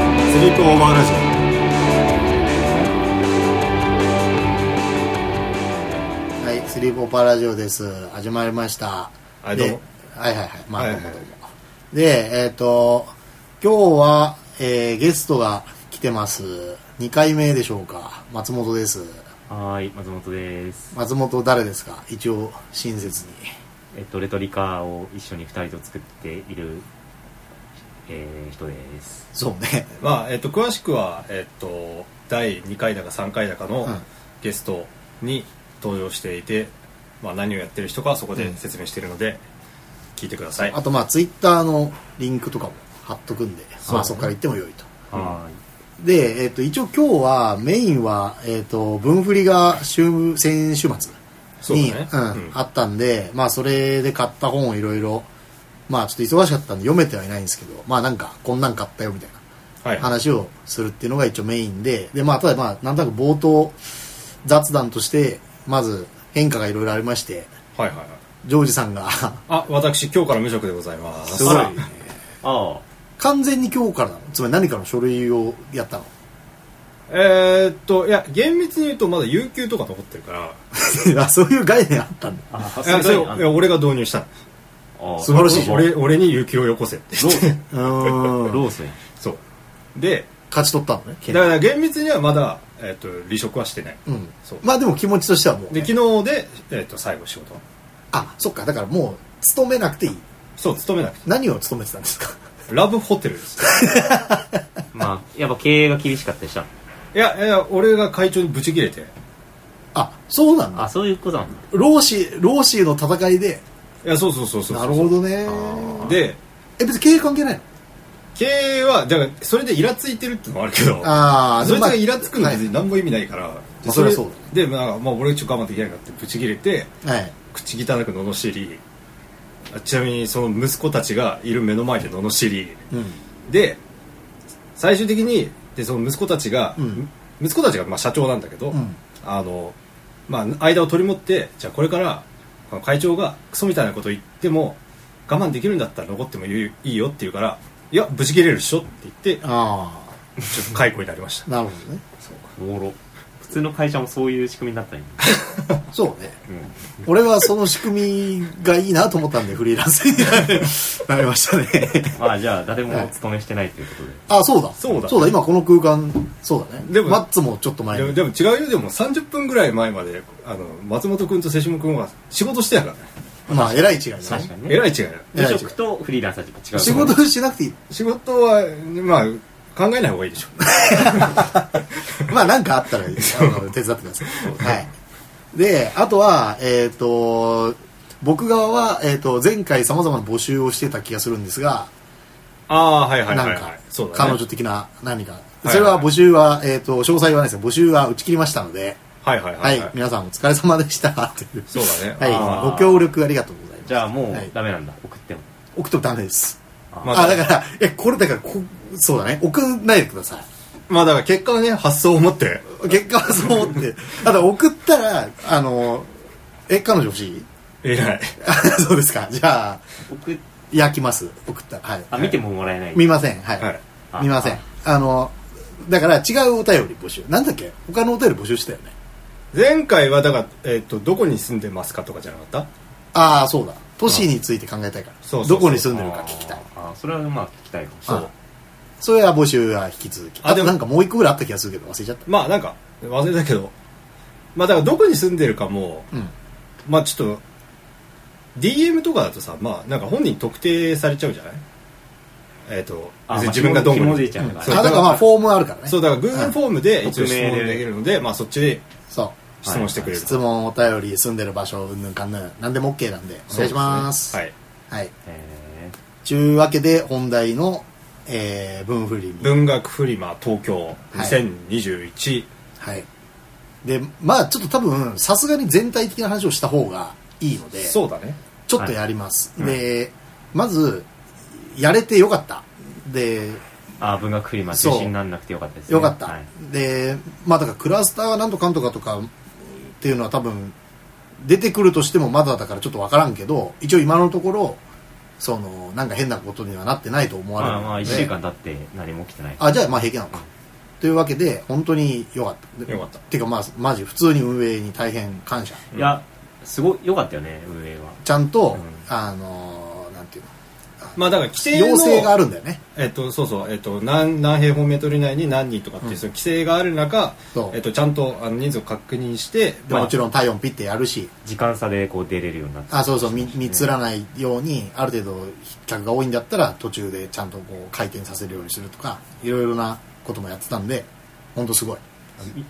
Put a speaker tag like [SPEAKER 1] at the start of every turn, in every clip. [SPEAKER 1] オーバーラジオ
[SPEAKER 2] はい、スリーポパラジオです。始まりました。
[SPEAKER 1] はい
[SPEAKER 2] で
[SPEAKER 1] どうも
[SPEAKER 2] はいはいはい。まあ、
[SPEAKER 1] はい
[SPEAKER 2] ど
[SPEAKER 1] は
[SPEAKER 2] う
[SPEAKER 1] い
[SPEAKER 2] もどうも。で、えっ、と、今日は、えーゲストが来てます。2回目でしょうか。松本です。
[SPEAKER 3] はーい、松本です。
[SPEAKER 2] 松本誰ですか一応、親切に。
[SPEAKER 3] えっと、レトリカを一緒に二人と作っている、えー、人です。
[SPEAKER 2] そうね。
[SPEAKER 1] まあえっと詳しくはえっと第2回だか3回だかの
[SPEAKER 2] うん
[SPEAKER 1] ゲストに登場していて、まあ、何をやってる人かはそこで説明しているので、聞いてください
[SPEAKER 2] あと、まあ、ツイッターのリンクとかも貼っとくんで、
[SPEAKER 3] そう
[SPEAKER 2] まあ、そこから行ってもよいと。
[SPEAKER 3] は
[SPEAKER 2] で、えっ、と、一応今日は、メインは、えっ、と、分振りが週、先週末。
[SPEAKER 1] そう
[SPEAKER 2] に
[SPEAKER 1] だね、
[SPEAKER 2] うん
[SPEAKER 1] うん
[SPEAKER 2] あったんで、まあ、それで買った本をいろいろ、まあ、ちょっと忙しかったんで読めてはいないんですけど、まあ、なんか、こんなん買ったよみたい
[SPEAKER 1] はい
[SPEAKER 2] な話をするっていうのが一応メインで、で、まあ、ただ、まあ、なんとなく冒頭雑談として、まず変化がいろいろありまして、
[SPEAKER 1] はいはいはい
[SPEAKER 2] ジョージさんが、
[SPEAKER 1] あ私今日から無職でございます
[SPEAKER 2] すごい
[SPEAKER 1] あら、
[SPEAKER 3] あ
[SPEAKER 2] 完全に今日からなのつまり何かの書類をやったの。
[SPEAKER 1] えー、っといや厳密に言うとまだ有給とか残ってるから
[SPEAKER 2] あそういう概念あったんだ。
[SPEAKER 3] あ、あ
[SPEAKER 1] いやそれをいや俺が導入したの
[SPEAKER 3] あ
[SPEAKER 2] 素晴らしい
[SPEAKER 1] 俺俺に有給をよこせって
[SPEAKER 3] ロース、
[SPEAKER 2] う
[SPEAKER 3] ロ
[SPEAKER 2] ーん。
[SPEAKER 3] ースやん。
[SPEAKER 1] そうで
[SPEAKER 2] 勝ち取ったのね。
[SPEAKER 1] だから厳密にはまだ、えっと離職はしてない、
[SPEAKER 2] うん。
[SPEAKER 1] そう
[SPEAKER 2] まあ、でも気持ちとしてはもう
[SPEAKER 1] で
[SPEAKER 2] ね、
[SPEAKER 1] 昨日で、えっと最後仕事
[SPEAKER 2] あ、そっか、だからもう、勤めなくていい。
[SPEAKER 1] そう勤めなくて
[SPEAKER 2] 何を勤めてたんですか
[SPEAKER 1] ラブホテルです
[SPEAKER 3] まあ、やっぱ経営が厳しかったでした。
[SPEAKER 1] いやいや俺が会長にブチ切れて
[SPEAKER 2] あ、そうなん
[SPEAKER 3] あ、
[SPEAKER 2] だ。
[SPEAKER 3] そういうことなんだ。
[SPEAKER 2] 老子、老子の戦いで。
[SPEAKER 1] いやそうそうそうそう
[SPEAKER 2] なるほどね
[SPEAKER 3] あ。ー
[SPEAKER 1] で
[SPEAKER 2] え、別に経営関係ないの
[SPEAKER 1] 経営はだからそれでイラついてるってのもあるけど
[SPEAKER 2] あー
[SPEAKER 1] そいつ
[SPEAKER 2] ま
[SPEAKER 1] が
[SPEAKER 2] あ
[SPEAKER 1] イラつくのは別に何も意味ないから、で
[SPEAKER 2] それはそうだ
[SPEAKER 1] でなんか、まあ、俺ちょっと我慢できないからってブチ切れて
[SPEAKER 2] はい。
[SPEAKER 1] 口汚く罵りあちなみにその息子たちがいる目の前で罵り
[SPEAKER 2] うん。
[SPEAKER 1] で最終的にでその息子たちが、
[SPEAKER 2] うん
[SPEAKER 1] 息子たちがまあ社長なんだけど、
[SPEAKER 2] うん
[SPEAKER 1] あのまあ、間を取り持ってじゃあこれからこの会長がクソみたいなこと言っても我慢できるんだったら残ってもいいいいよって言うからいや無事切れるでしょって言ってちょっ
[SPEAKER 2] あ
[SPEAKER 1] と解雇になりました
[SPEAKER 2] あ、なるほどね。
[SPEAKER 3] おもろ。普通の会社もそういう仕組みになったんや。
[SPEAKER 2] そうね。
[SPEAKER 3] うん。
[SPEAKER 2] 俺はその仕組みがいいなと思ったんで、フリーランスに なりましたね。
[SPEAKER 3] まあ、じゃあ、誰もお勤めしてないということで。
[SPEAKER 2] あ、そうだ。
[SPEAKER 1] そうだ
[SPEAKER 2] そうだ、今この空間、そうだね。
[SPEAKER 1] でも
[SPEAKER 2] マッツもちょっと前
[SPEAKER 1] でも
[SPEAKER 2] に。
[SPEAKER 1] でも違うよでも30分ぐらい前まであの松本君と瀬下君は仕事してやからね
[SPEAKER 2] まあ、えらい違いだ
[SPEAKER 3] 確か
[SPEAKER 2] ね。
[SPEAKER 3] に
[SPEAKER 1] え
[SPEAKER 3] ね。
[SPEAKER 1] らい違いだよ
[SPEAKER 2] えらい違
[SPEAKER 3] 離
[SPEAKER 2] い
[SPEAKER 3] 職とフリーランスは違う。
[SPEAKER 2] 仕事しなくていい。
[SPEAKER 1] 仕事はまあ考えない方がいいでしょ
[SPEAKER 2] まあなんかあったらあの手伝ってください。はい。で、あとは、えっ、と、僕側は、えっ、と、前回様々な募集をしてた気がするんですが、
[SPEAKER 1] ああーはいはいはい、
[SPEAKER 2] な
[SPEAKER 1] は
[SPEAKER 2] ん
[SPEAKER 1] い
[SPEAKER 2] か、
[SPEAKER 1] そうだね
[SPEAKER 2] 彼女的な何か。
[SPEAKER 1] いはい
[SPEAKER 2] それは募集は、えっ、と、詳細はないですね。募集は打ち切りましたので、
[SPEAKER 1] はいはいは、
[SPEAKER 2] はいい、
[SPEAKER 1] はい、
[SPEAKER 2] 皆さんお疲れ様でした。という。
[SPEAKER 1] そうだねあ
[SPEAKER 2] は
[SPEAKER 1] ー
[SPEAKER 2] い。ご協力ありがとうございます。
[SPEAKER 3] じゃあ、もう
[SPEAKER 2] はい、
[SPEAKER 3] ダメなんだ。送っても。
[SPEAKER 2] 送ってもダメです。
[SPEAKER 1] ま
[SPEAKER 2] あ、だから、え、これだからこ、そうだね。送んないでください。
[SPEAKER 1] まあだから結果はね発想を持って
[SPEAKER 2] 結果はそう思 って。あと、送ったら、あの、え、彼女欲しい
[SPEAKER 1] 偉い
[SPEAKER 2] あ そうですか。じゃあ、
[SPEAKER 3] 送っ、
[SPEAKER 2] 焼きます。送ったら。はい。
[SPEAKER 3] あ、見てももらえない。
[SPEAKER 2] 見ません。はい。
[SPEAKER 1] はい
[SPEAKER 3] あ
[SPEAKER 2] 見ません。あの、だから違うお便り募集。なんだっけ他のお便り募集したよね。
[SPEAKER 1] 前回はだから、えっとどこに住んでますかとかじゃなかった
[SPEAKER 2] ああ、そうだ。都市について考えたいから。
[SPEAKER 1] そうそうそう
[SPEAKER 2] どこに住んでるか聞きたい。
[SPEAKER 3] あーあーそれはまあ聞きたいかもしれ
[SPEAKER 2] あそれは募集は引き続き。
[SPEAKER 1] あ
[SPEAKER 2] あ、
[SPEAKER 1] で
[SPEAKER 2] で
[SPEAKER 1] も
[SPEAKER 2] もなんかもう一個ぐらいあった気がするけど忘れちゃった。
[SPEAKER 1] まあなんか忘れたけどまあだからどこに住んでるかも
[SPEAKER 2] うん。
[SPEAKER 1] まあちょっと DM とかだとさまあなんか本人特定されちゃうじゃないえっ、と
[SPEAKER 3] あ
[SPEAKER 1] 別に自分がどんぐ
[SPEAKER 3] ひもじ
[SPEAKER 1] り
[SPEAKER 3] いちゃうから
[SPEAKER 2] あ、だからまあ、フォームあるからね。
[SPEAKER 1] そうだから Google フォームで一応
[SPEAKER 3] 匿
[SPEAKER 1] 質
[SPEAKER 3] 名で
[SPEAKER 1] 問できるので、まあ、そっちで
[SPEAKER 2] そう。
[SPEAKER 1] 質問してくれる、
[SPEAKER 2] 質問、お便り、住んでる場所、うんぬんかんぬん。なんでも OK なんで、お願いします。
[SPEAKER 1] そう
[SPEAKER 2] い。
[SPEAKER 1] ですね
[SPEAKER 2] はい。
[SPEAKER 3] え
[SPEAKER 2] ちゅうわけで、本題の、えー、文振りに
[SPEAKER 1] はい、文学フリマ東京2021、
[SPEAKER 2] はい。で、まあちょっと多分、さすがに全体的な話をした方がいいので、
[SPEAKER 1] そうだね
[SPEAKER 2] ちょっとやります。で、まず、やれてよかった。で、
[SPEAKER 3] ー、あー文学フリマ中
[SPEAKER 2] そう
[SPEAKER 3] 止にならなくてよかったですね
[SPEAKER 2] よかった。
[SPEAKER 3] はい
[SPEAKER 2] で、まあだからクラスターがなんとかんとかとかっていうのは多分、出てくるとしてもまだだからちょっとわからんけど、一応今のところ、その、なんか変なことにはなってないと思われ
[SPEAKER 3] ま
[SPEAKER 2] るの
[SPEAKER 3] あ
[SPEAKER 2] で。
[SPEAKER 3] まあ1週間経って何も起きてない
[SPEAKER 2] あ、じゃあまあ平気なのか。というわけで本当に良かったで
[SPEAKER 1] よかった
[SPEAKER 2] ていうかまあマジ普通に運営に大変感謝
[SPEAKER 1] うん
[SPEAKER 3] いやすごい良かったよね運営は
[SPEAKER 2] ちゃんと、
[SPEAKER 3] う
[SPEAKER 2] あのーなんていうの
[SPEAKER 1] まあだから規制の
[SPEAKER 2] 要請があるんだよね
[SPEAKER 1] えっと、そうそう、えっと、何何平方メートル以内に何人とかっていう、
[SPEAKER 2] うん
[SPEAKER 1] その規制がある中、
[SPEAKER 2] そう
[SPEAKER 1] えっと、ちゃんとあの人数を確認して、
[SPEAKER 2] でもちろん体温ピッてやるし
[SPEAKER 3] 時間差でこう出れるようになって
[SPEAKER 2] あそうそうみ見つらないようにある程度客が多いんだったら途中でちゃんとこう回転させるようにするとかいろいろなこともやってたんで本当すごい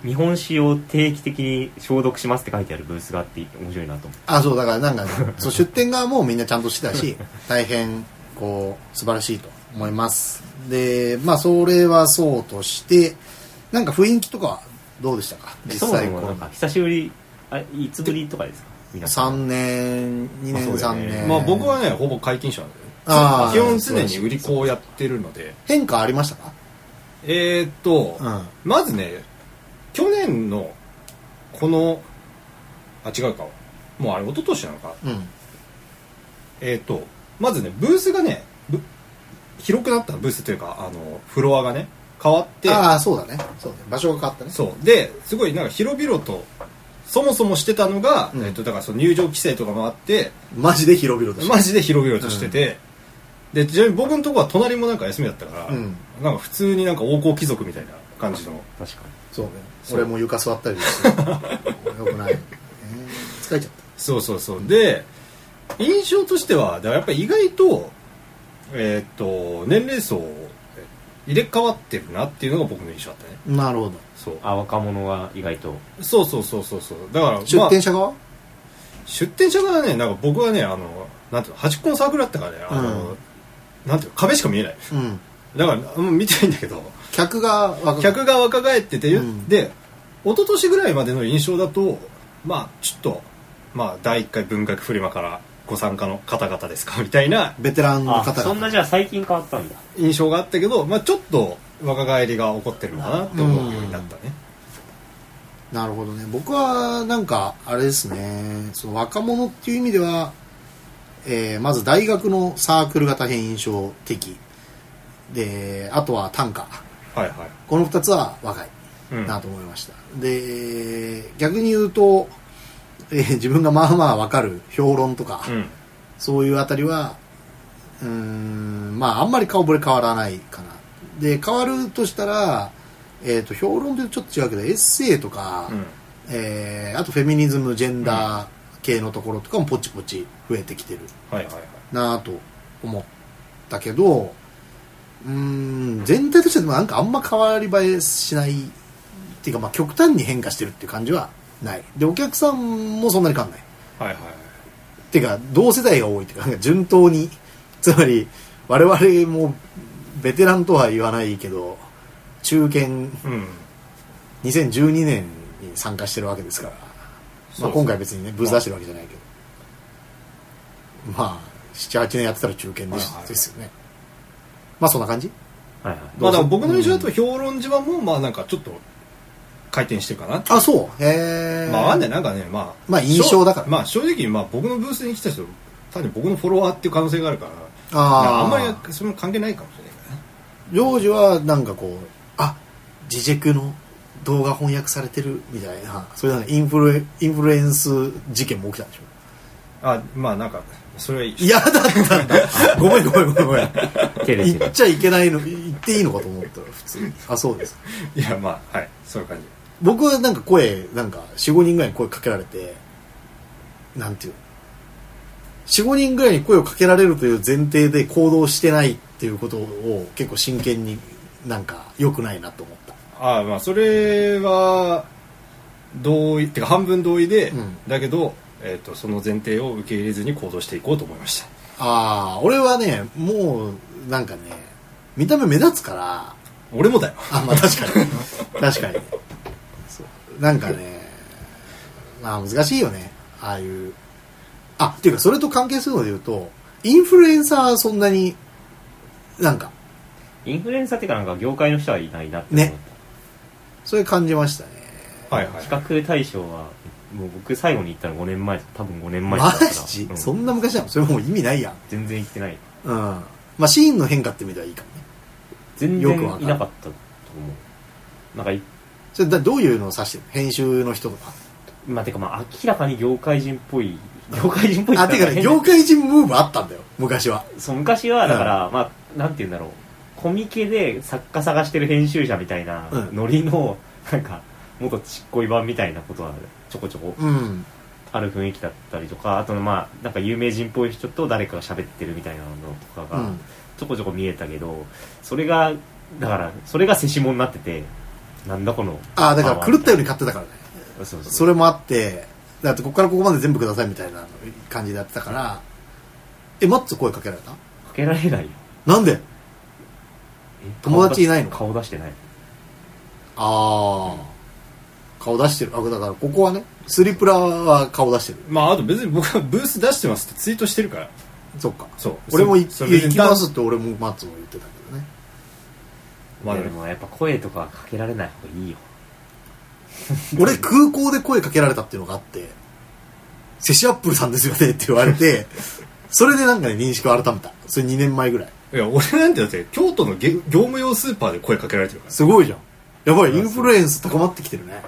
[SPEAKER 3] み日本酒を定期的に消毒しますって書いてあるブースがあって面白いなと思って
[SPEAKER 2] あそうだからなんかそう出店側もみんなちゃんとしてたし大変こう素晴らしいと思いますでまあそれはそうとしてなんか雰囲気とかはどうでしたか
[SPEAKER 3] そ
[SPEAKER 2] 実
[SPEAKER 3] もそ
[SPEAKER 2] 際
[SPEAKER 3] も
[SPEAKER 2] こ
[SPEAKER 3] なん
[SPEAKER 2] う
[SPEAKER 3] か久しぶりあいつぶりとかですか皆さ
[SPEAKER 2] 3
[SPEAKER 3] ん
[SPEAKER 2] 年2年
[SPEAKER 3] まあそうだよ
[SPEAKER 2] 3
[SPEAKER 3] ね
[SPEAKER 2] 年、
[SPEAKER 1] まあ、僕はね、ほぼ解禁者なんだよね
[SPEAKER 2] あー
[SPEAKER 1] 基本常に売り子をやってるので、
[SPEAKER 2] 変化ありましたか
[SPEAKER 1] えーっと、
[SPEAKER 2] うん
[SPEAKER 1] まずね、去年の、この、あ、違うか。もうあれ、一昨年なのか。
[SPEAKER 2] うん
[SPEAKER 1] えーっと、まずね、ブースがね、ぶ広くなったのブースというか、あの、フロアがね、変わって、
[SPEAKER 2] ああそうだねそうだね場所が変わったね
[SPEAKER 1] そうですごいなんか広々とそもそもしてたのが、
[SPEAKER 2] うん
[SPEAKER 1] えっと、だからその入場規制とかもあって
[SPEAKER 2] マジで広々として
[SPEAKER 1] マジで広々としてて、でちなみに僕のとこは隣もなんか休みだったから、
[SPEAKER 2] うん
[SPEAKER 1] なんか普通になんか王侯貴族みたいな感じの
[SPEAKER 3] 確かに
[SPEAKER 2] そうね
[SPEAKER 1] そう
[SPEAKER 2] 俺も床座ったり してよくない、えー疲れちゃっ
[SPEAKER 1] そうそうそうで印象としてはだからやっぱり意外と,、えっと年齢層入れ替わってるなっていうのが僕の印象だったね
[SPEAKER 2] たなるほど
[SPEAKER 1] そう
[SPEAKER 3] あ若者は意外と
[SPEAKER 1] そうそうそうそうそうだから
[SPEAKER 2] 出
[SPEAKER 1] まあ
[SPEAKER 2] 店者側、
[SPEAKER 1] 出店者がねなんか僕はねあのなんていうの端っこのサークルだったからねあの、
[SPEAKER 2] うん
[SPEAKER 1] なんていうの壁しか見えない
[SPEAKER 2] うん
[SPEAKER 1] だからあんま見てないんだけど
[SPEAKER 2] 客が若
[SPEAKER 1] 客が若返ってて、
[SPEAKER 2] うん
[SPEAKER 1] で一昨年ぐらいまでの印象だとまあちょっとまあ第1回文学フリマからご参加の方々ですかみたいな
[SPEAKER 2] ベテランの
[SPEAKER 3] あ
[SPEAKER 2] 方が
[SPEAKER 3] そんなじゃあ最近変わったんだ
[SPEAKER 1] 印象があったけど、まあ、ちょっと若返りが起こってるのかなって思うようになったね、
[SPEAKER 2] なるほどね僕はなんかあれですねその若者っていう意味では、えーまず大学のサークルが大変印象的であとは短歌
[SPEAKER 1] はいはい、
[SPEAKER 2] この2つは若い
[SPEAKER 1] うん、
[SPEAKER 2] なと思いました、で逆に言うと、えー自分がまあまあわかる評論とか、
[SPEAKER 1] うん
[SPEAKER 2] そういうあたりはうーんまああんまり顔ぶれ変わらないかなで変わるとしたら、えー、と評論とちょっと違うけどエッセイとか、
[SPEAKER 1] うん
[SPEAKER 2] えーあとフェミニズムジェンダー系のところとかもポチポチ増えてきてる
[SPEAKER 1] はいはいはい
[SPEAKER 2] なぁと思ったけどうーん全体としてでもなんかあんま変わり映えしないっていうか、まあ、極端に変化してるっていう感じはないでお客さんもそんなに変わんない
[SPEAKER 1] はいはい
[SPEAKER 2] っていうか同世代が多いっていうかなんか順当につまり我々もベテランとは言わないけど中堅
[SPEAKER 1] うん
[SPEAKER 2] 2012年に参加してるわけですから、まあ、今回別にねブース出してるわけじゃないけどまあ78年やってたら中堅で
[SPEAKER 1] はいはいは
[SPEAKER 2] す
[SPEAKER 1] い
[SPEAKER 2] ですよねまあそんな感じ
[SPEAKER 3] はいはい
[SPEAKER 1] まあだから僕の印象だと評論じはもうまあなんかちょっと回転してるかな
[SPEAKER 2] あそうへえ
[SPEAKER 1] まあわかんないなんかねまあ
[SPEAKER 2] まあ印象だから
[SPEAKER 1] まあ正直まあ僕のブースに来た人単に僕のフォロワーっていう可能性があるから
[SPEAKER 2] あー
[SPEAKER 1] あんまりそれも関係ないかもしれないからね
[SPEAKER 2] ジョージはなんかこうあジジェクの動画翻訳されてるみたいなそれなんかインフルエインフルエンス事件も起きたんでしょ
[SPEAKER 1] あまあなんかそれはいい
[SPEAKER 2] 嫌だった んだごめんごめんごめんご めん
[SPEAKER 3] 照れて
[SPEAKER 2] 言っ
[SPEAKER 3] る
[SPEAKER 2] ちゃいけないの言っていいのかと思ったら普通にあそうです
[SPEAKER 1] いやまあはいそういう感じ
[SPEAKER 2] 僕はなんか声なんか45人ぐらいに声かけられてなんていう45人ぐらいに声をかけられるという前提で行動してないっていうことを結構真剣になんか良くないなと思った
[SPEAKER 1] ああまあそれは同意ってか半分同意で、
[SPEAKER 2] うん
[SPEAKER 1] だけど、えっとその前提を受け入れずに行動していこうと思いました
[SPEAKER 2] ああ俺はねもうなんかね見た目目立つから
[SPEAKER 1] 俺もだよ
[SPEAKER 2] あまあ確かに確かにそうなんかねまあ難しいよねああいうあっていうかそれと関係するので言うとインフルエンサーはそんなになんか
[SPEAKER 3] インフルエンサーっていうかなんか業界の人はいないなって思った、
[SPEAKER 2] ねそれ感じましたね
[SPEAKER 1] はいはい
[SPEAKER 3] 比較対象はもう僕最後に行ったの5年前多分5年前だ
[SPEAKER 2] マ
[SPEAKER 3] ったから
[SPEAKER 2] ジ、
[SPEAKER 3] うん
[SPEAKER 2] そんな昔なのそれもう意味ないやん
[SPEAKER 3] 全然行ってない
[SPEAKER 2] うんまあシーンの変化って意味ではいいかもね
[SPEAKER 3] 全
[SPEAKER 2] よくわ
[SPEAKER 3] 然
[SPEAKER 2] かる
[SPEAKER 3] いなかったと思うなんかい
[SPEAKER 2] それだどういうのを指してるの編集の人と か
[SPEAKER 3] まあてかまあ明らかに業界人っぽい業界人っぽい
[SPEAKER 2] あ
[SPEAKER 3] って言った
[SPEAKER 2] からね
[SPEAKER 3] 変
[SPEAKER 2] 業界人ムーブあったんだよ昔は
[SPEAKER 3] そう昔はだから、まあなんて言うんだろうコミケで作家探してる編集者みたいな
[SPEAKER 2] うん
[SPEAKER 3] ノリの、なんか元ちっこい版みたいなことはちょこちょこ
[SPEAKER 2] うん
[SPEAKER 3] ある雰囲気だったりとかあとまあなんか有名人っぽい人と誰かが喋ってるみたいなのとか
[SPEAKER 2] う
[SPEAKER 3] が、
[SPEAKER 2] ん
[SPEAKER 3] ちょこちょこ見えたけどそれがだからそれが世し物になっててなんだこの
[SPEAKER 2] ああだから狂ったように買ってたからね
[SPEAKER 3] そうそう
[SPEAKER 2] それもあってだってここからここまで全部くださいみたいな感じでやってたからえマッツ声かけられた
[SPEAKER 3] かけられないよ
[SPEAKER 2] なんで
[SPEAKER 3] え
[SPEAKER 2] 友達いないの
[SPEAKER 3] 顔出してない
[SPEAKER 2] ああ、顔出してるあだからここはねスリプラは顔出してる
[SPEAKER 1] まああと別に僕はブース出してますってツイートしてるから
[SPEAKER 2] そっか
[SPEAKER 1] そう
[SPEAKER 2] 俺も行
[SPEAKER 1] そ
[SPEAKER 2] 行
[SPEAKER 1] う別に
[SPEAKER 2] きますって俺もマッツも言ってたけ どね
[SPEAKER 1] まあ
[SPEAKER 3] いや
[SPEAKER 1] で
[SPEAKER 3] で
[SPEAKER 1] も
[SPEAKER 3] もやっぱ声とかはかけられない方がいいよ
[SPEAKER 2] 俺空港で声かけられたっていうのがあって「セシアップルさんですよね」 って言われてそれでなんかね認識を改めたそれ2年前ぐらい
[SPEAKER 1] いや俺なんてだって京都のげ業務用スーパーで声かけられてるから
[SPEAKER 2] すごいじゃんやばい
[SPEAKER 3] い
[SPEAKER 2] イ
[SPEAKER 3] や
[SPEAKER 2] ンフルエンス高まってきてるね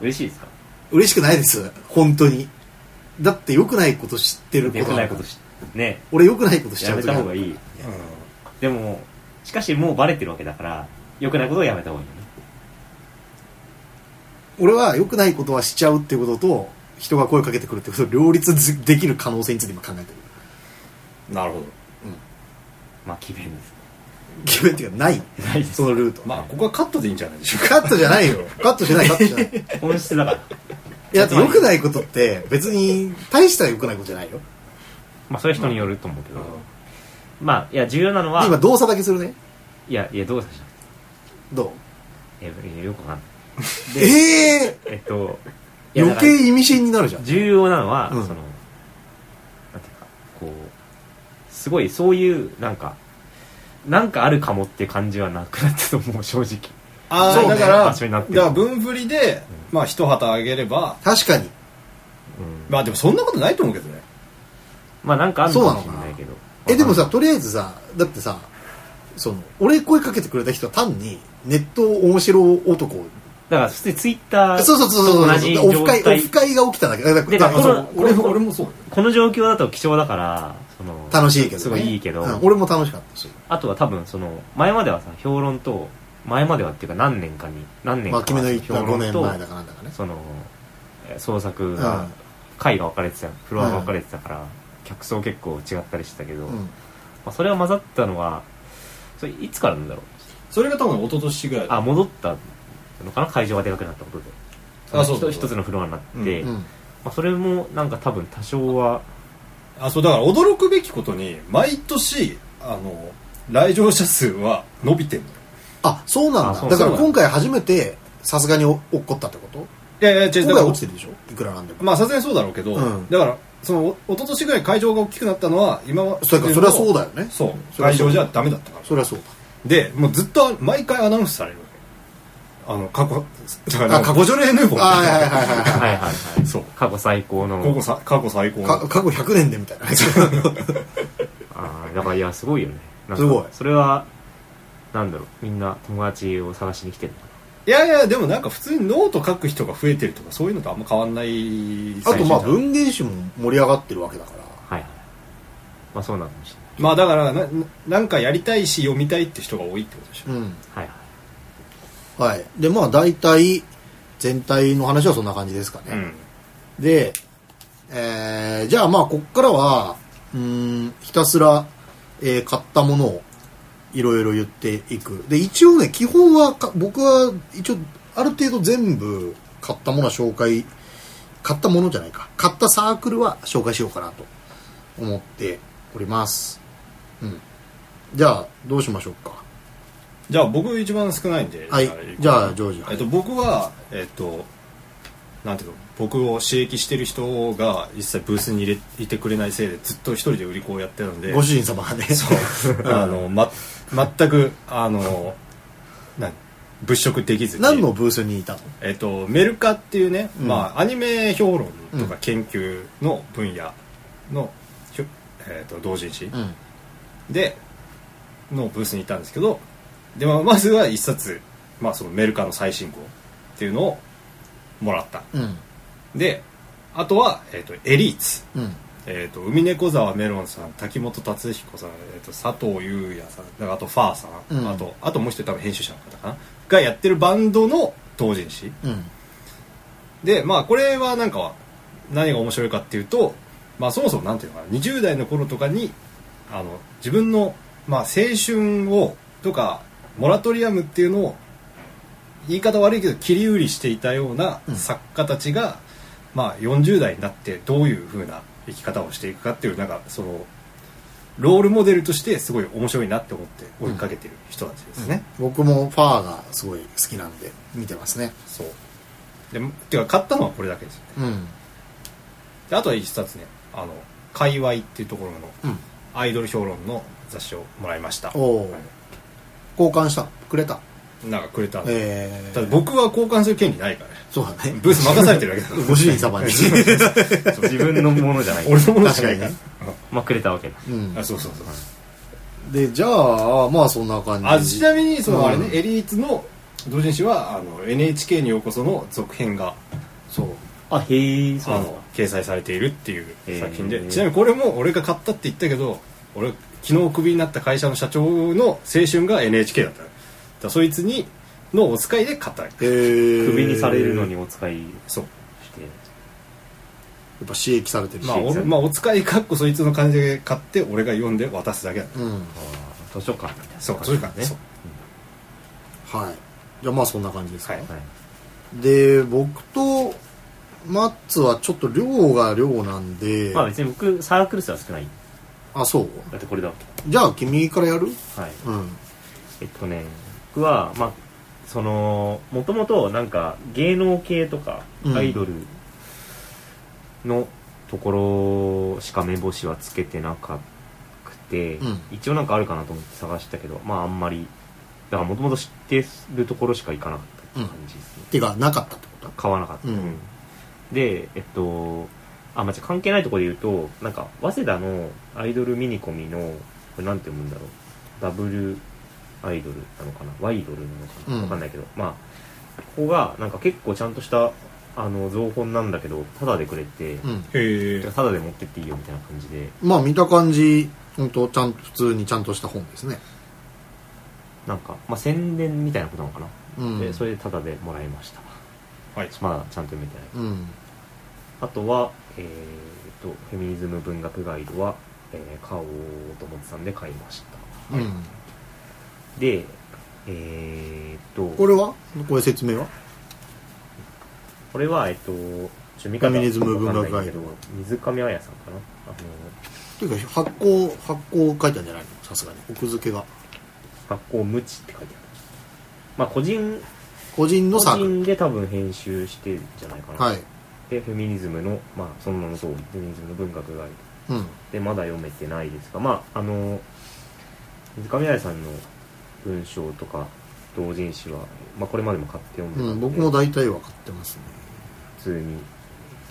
[SPEAKER 3] 嬉しいですか
[SPEAKER 2] 嬉しくないです本当にだって良くないこと知ってること
[SPEAKER 3] よ
[SPEAKER 2] だ
[SPEAKER 3] く
[SPEAKER 2] から
[SPEAKER 3] ないことしね
[SPEAKER 2] 俺良くないことしち
[SPEAKER 3] や
[SPEAKER 2] ゃう
[SPEAKER 3] め
[SPEAKER 2] 時
[SPEAKER 3] た
[SPEAKER 2] ある
[SPEAKER 3] 方がいい
[SPEAKER 1] うん
[SPEAKER 3] でもしかしもうバレてるわけだからよくないことをやめた方がいいよね
[SPEAKER 2] 俺は良くないことはしちゃうっていうことと人が声かけてくるってことを両立できる可能性について今考えてる
[SPEAKER 1] なるほど
[SPEAKER 3] まあ奇弁です
[SPEAKER 2] 決めっていうかない
[SPEAKER 3] ないです
[SPEAKER 2] そのルート
[SPEAKER 1] まあここはカットでいいんじゃないでしょうか
[SPEAKER 2] カットじゃないよカットしてないカットし てないい
[SPEAKER 3] 本質だから
[SPEAKER 2] やだって良くないことって別に大した良くないことじゃないよ
[SPEAKER 3] まあそれは人によると思うけど、まあいや重要なのは
[SPEAKER 2] で今動作だけするね
[SPEAKER 3] いやいやどうでしょう
[SPEAKER 2] ど
[SPEAKER 3] えいやよくわかんないう
[SPEAKER 2] え
[SPEAKER 3] えっと
[SPEAKER 2] え
[SPEAKER 3] いや
[SPEAKER 2] 余計意味深になるじゃん
[SPEAKER 3] 重要なのは、
[SPEAKER 2] うん
[SPEAKER 3] そのなんていうかこうすごいそういうなんかなんかあるかもって感じはなくなったと思う正直
[SPEAKER 1] ああ、
[SPEAKER 2] そうね
[SPEAKER 1] だから
[SPEAKER 3] 場所になってる
[SPEAKER 1] だから分振りで、まあ一旗あげれば
[SPEAKER 2] 確かに
[SPEAKER 3] うん
[SPEAKER 1] まあでもそんなことないと思うけどね
[SPEAKER 3] まあなんかあるのかもしれないけど
[SPEAKER 2] えでも
[SPEAKER 3] わ
[SPEAKER 2] さ
[SPEAKER 3] かん
[SPEAKER 2] とりあえずさだってさその俺声かけてくれた人は単にネット面白男
[SPEAKER 3] ないだから普通にツイッター
[SPEAKER 2] そうそうそうそう
[SPEAKER 3] 同
[SPEAKER 2] そ
[SPEAKER 3] じ
[SPEAKER 2] う
[SPEAKER 3] 状
[SPEAKER 2] オフ会オ
[SPEAKER 3] 態
[SPEAKER 2] フ会が起きただけだから
[SPEAKER 3] で
[SPEAKER 2] だから
[SPEAKER 3] こ
[SPEAKER 2] そ
[SPEAKER 3] の
[SPEAKER 2] の
[SPEAKER 1] 俺も俺もそう
[SPEAKER 3] この状況だと貴重だからその
[SPEAKER 2] 楽しいけど、ね、
[SPEAKER 3] すごいいいけど
[SPEAKER 2] うん俺も楽しかったし
[SPEAKER 3] あとは多分その前まではさ評論と前まではっていうか何年かに何年
[SPEAKER 2] ま
[SPEAKER 3] か
[SPEAKER 2] あ君の言った
[SPEAKER 3] 評
[SPEAKER 2] 5
[SPEAKER 3] 論
[SPEAKER 2] 年
[SPEAKER 3] と
[SPEAKER 2] 前だからなんだからね
[SPEAKER 3] そのえー創作
[SPEAKER 2] う
[SPEAKER 3] が
[SPEAKER 2] ん
[SPEAKER 3] 回が分かれてたフロアが分かれてたから、客層結構違ったりしてたけど、
[SPEAKER 2] う
[SPEAKER 3] ま
[SPEAKER 2] ん
[SPEAKER 3] あ、それが混ざったのはそれいつからなんだろう
[SPEAKER 1] それが多分一昨年ぐらい
[SPEAKER 3] あ戻ったのかな会場がでかくなったことで
[SPEAKER 1] あそうそうそう
[SPEAKER 3] 一つ一つのフロアになって、
[SPEAKER 1] う
[SPEAKER 2] う
[SPEAKER 3] ま
[SPEAKER 2] ん
[SPEAKER 3] あ、それもなんか多分多少は
[SPEAKER 1] あそうだから驚くべきことに毎年あの来場者数は伸びてるのよ
[SPEAKER 2] あそうなん
[SPEAKER 3] あ
[SPEAKER 2] だ
[SPEAKER 3] そう
[SPEAKER 2] だか
[SPEAKER 1] そうな
[SPEAKER 2] ら
[SPEAKER 1] んだ
[SPEAKER 2] 今回初めてさすがにお落っこったってこと
[SPEAKER 1] いやいや違うだ
[SPEAKER 2] 今回
[SPEAKER 1] から
[SPEAKER 2] 落ちてるでしょいくらなんでも
[SPEAKER 1] まあさすがにそうだろうけど、
[SPEAKER 2] うん
[SPEAKER 1] だからそのお一昨年ぐらい会場が大きくなったのは今は
[SPEAKER 2] それからそれはそう
[SPEAKER 1] だ
[SPEAKER 2] だよね
[SPEAKER 1] そう
[SPEAKER 2] それは
[SPEAKER 1] 会
[SPEAKER 2] そう
[SPEAKER 1] 場じゃダメだったから
[SPEAKER 2] それはそう
[SPEAKER 1] でもうずっとあ毎回アナウンスされるわけあの過去だから
[SPEAKER 2] あ過
[SPEAKER 1] 過去ジョ レ・ヌーボーみたい
[SPEAKER 2] だ
[SPEAKER 1] な
[SPEAKER 2] あはいはいはいはい
[SPEAKER 3] はい
[SPEAKER 2] は
[SPEAKER 3] はいはい
[SPEAKER 1] そう
[SPEAKER 3] 過去最高の
[SPEAKER 1] 過去さ過去最高
[SPEAKER 2] い
[SPEAKER 1] の
[SPEAKER 2] か過去100年でみたいなそ
[SPEAKER 3] あーだからいやすごいよねなんか
[SPEAKER 2] すごい
[SPEAKER 3] それはなんだろうみんな友達を探しに来てるのか
[SPEAKER 1] いやいやでもなんか普通にノート書く人が増えてるとかそういうのとあんま変わんない
[SPEAKER 2] あとまあ
[SPEAKER 1] 最近だ
[SPEAKER 2] 文芸誌も盛り上がってるわけだから
[SPEAKER 3] なはいはいまあそうなのかもしれない
[SPEAKER 1] まあだからななんかやりたいし読みたいって人が多いってことでしょ、
[SPEAKER 2] うん
[SPEAKER 3] はいはい
[SPEAKER 2] はいでまあ大体全体の話はそんな感じですかね、
[SPEAKER 1] うん
[SPEAKER 2] で、えーじゃあまあこっからはうーんひたすら、えー買ったものをいろいろ言っていくで一応ね基本はか僕は一応ある程度全部買ったものは紹介買ったものじゃないか買ったサークルは紹介しようかなと思っておりますうんじゃあどうしましょうか
[SPEAKER 1] じゃあ僕一番少ないんで
[SPEAKER 2] はいじゃあジョージ
[SPEAKER 1] えっと、僕はえっとなんていうの僕を刺激してる人が一切ブースに入れいてくれないせいでずっと一人で売り子をやってたので
[SPEAKER 2] ご主人様がね
[SPEAKER 1] そうあの、ま、全くあの何物色できずに
[SPEAKER 2] 何のブースにいたの
[SPEAKER 1] えっと、メルカっていうね、
[SPEAKER 2] うん
[SPEAKER 1] まあ、アニメ評論と
[SPEAKER 2] う
[SPEAKER 1] か研究の分野の、ひょえっと同人誌
[SPEAKER 2] うん
[SPEAKER 1] でのブースにいたんですけどで、まあ、まずは一冊まあ、そのメルカの最新号っていうのをもらった
[SPEAKER 2] うん
[SPEAKER 1] であとは、えー、とエリーツ、
[SPEAKER 2] うん
[SPEAKER 1] えー、と海猫沢メロンさん滝本達彦さん、えー、と佐藤優也さんなんかあとファーさん、
[SPEAKER 2] うん
[SPEAKER 1] あとあともう一人多分編集者の方かながやってるバンドの当人誌
[SPEAKER 2] うん
[SPEAKER 1] でまあこれはなんか何が面白いかっていうと、まあ、そもそもなんていうのかな20代の頃とかにあの自分の、まあ、青春をとかモラトリアムっていうのを言い方悪いけど切り売りしていたような
[SPEAKER 2] うん
[SPEAKER 1] 作家たちが、まあ、40代になってどういうふうな生き方をしていくかっていうなんかそのロールモデルとしてすごい面白いなって思って追いかけてる人たちですね。
[SPEAKER 2] 僕もファーがすごい好きなんで見てますね
[SPEAKER 1] そうでてか買ったのはこれだけですよね。
[SPEAKER 2] うん
[SPEAKER 1] であとは一冊ね「あの界隈」っていうところの
[SPEAKER 2] うん
[SPEAKER 1] アイドル評論の雑誌をもらいました
[SPEAKER 2] おお交換したくれた
[SPEAKER 1] なんかくれたんで
[SPEAKER 2] え
[SPEAKER 1] ただ
[SPEAKER 2] ー、
[SPEAKER 1] 僕は交換する権利ないからね
[SPEAKER 2] そうだね
[SPEAKER 1] ブース任されてるだけだか
[SPEAKER 2] ご主人様に
[SPEAKER 1] らそう
[SPEAKER 3] 自分のものじゃな い。
[SPEAKER 1] 俺のものし
[SPEAKER 2] 確
[SPEAKER 1] か
[SPEAKER 2] か
[SPEAKER 1] ない
[SPEAKER 2] にね、
[SPEAKER 3] まあ、くれたわけだ。
[SPEAKER 2] うん
[SPEAKER 1] あ、そうそうそう
[SPEAKER 2] でじゃあまあそんな感じ
[SPEAKER 1] あちなみにそのあれね、
[SPEAKER 2] うん
[SPEAKER 1] エリーツの同人誌はあの NHK にようこその続編が
[SPEAKER 2] そう
[SPEAKER 3] あ、へえ、
[SPEAKER 1] あ
[SPEAKER 3] そうなんだ
[SPEAKER 1] の掲載されているっていう作品で、
[SPEAKER 3] へー
[SPEAKER 1] ちなみにこれも俺が買ったって言ったけど俺昨日クビになった会社の社長の青春が NHK だったのだからそいつにのお使いで買ったの
[SPEAKER 2] えー、
[SPEAKER 3] クビにされるのにお使い
[SPEAKER 1] そう
[SPEAKER 3] して。
[SPEAKER 2] やっぱ刺激されてるし、
[SPEAKER 1] まあ、お
[SPEAKER 3] 新鮮
[SPEAKER 1] まあお使いかっこそいつの感じで買って俺が読んで渡すだけだ
[SPEAKER 2] うん
[SPEAKER 3] あー図書館みたいな。
[SPEAKER 1] そうそういう感じねそう
[SPEAKER 2] はいじゃあまあそんな感じですか、
[SPEAKER 1] はい
[SPEAKER 3] はい。
[SPEAKER 2] で僕とマッツはちょっと量が量なんで、
[SPEAKER 3] まあ別に僕、サークル数は少ない。
[SPEAKER 2] あそう
[SPEAKER 3] だってこれだも
[SPEAKER 2] じゃあ君からやる
[SPEAKER 3] ん。はい。
[SPEAKER 2] うん
[SPEAKER 3] えっとね、僕は、まあ、その、もともとなんか芸能系とか
[SPEAKER 2] うん
[SPEAKER 3] アイドルのところしか目星はつけてなかくて、
[SPEAKER 2] うん
[SPEAKER 3] 一応なんかあるかなと思って探したけど、まああんまり、だからもともと知ってるところしか行かなかったって感じですね。
[SPEAKER 2] てかなかったってこと
[SPEAKER 3] 買わなかった、
[SPEAKER 2] うん
[SPEAKER 3] でえっとあまあ、じゃあ関係ないところで言うとなんか早稲田のアイドルミニコミのこれなんて読むんだろうダブルアイドルなのかなワイドルなのかな
[SPEAKER 2] うん
[SPEAKER 3] わかんないけど、まあここがなんか結構ちゃんとしたあの造本なんだけどタダでくれて、
[SPEAKER 2] うん
[SPEAKER 1] へ
[SPEAKER 3] てかタダで持ってっていいよみたいな感じで
[SPEAKER 2] まあ見た感じ本当ちゃんと普通にちゃんとした本ですね
[SPEAKER 3] なんか、まあ、宣伝みたいなことなのかな、
[SPEAKER 2] うん
[SPEAKER 3] でそれでタダでもらいました
[SPEAKER 1] はい
[SPEAKER 3] まだちゃんと読めてない
[SPEAKER 2] うん
[SPEAKER 3] あとは、えー、と、フェミニズム文学ガイドは、えー、買おうと思ってたんで買いました。
[SPEAKER 2] う
[SPEAKER 3] はい
[SPEAKER 2] ん
[SPEAKER 3] で、えー、と、
[SPEAKER 2] これはこれ説明は
[SPEAKER 3] これは、えっ、と、ちょ見方
[SPEAKER 2] フェミニズム文学ガイド
[SPEAKER 3] わかんないけど水上彩さんかなあの、
[SPEAKER 2] ていうか発行発行書いたんじゃないのさすがに奥付けが
[SPEAKER 3] 学校無知って書いてある。まあ、個人、
[SPEAKER 2] 個人の
[SPEAKER 3] 個
[SPEAKER 2] サークル
[SPEAKER 3] 人で多分編集してるんじゃないかな。
[SPEAKER 2] はい
[SPEAKER 3] で、フェミニズムの、まあ、その名の通り、フェミニズムの文学ガイド。
[SPEAKER 2] うん
[SPEAKER 3] でまだ読めてないですがまああの水上彩さんの文章とか同人誌は、まあ、これまでも買って読んでた
[SPEAKER 2] うんん、
[SPEAKER 3] で、
[SPEAKER 2] 僕も大体は買ってますね
[SPEAKER 3] 普通に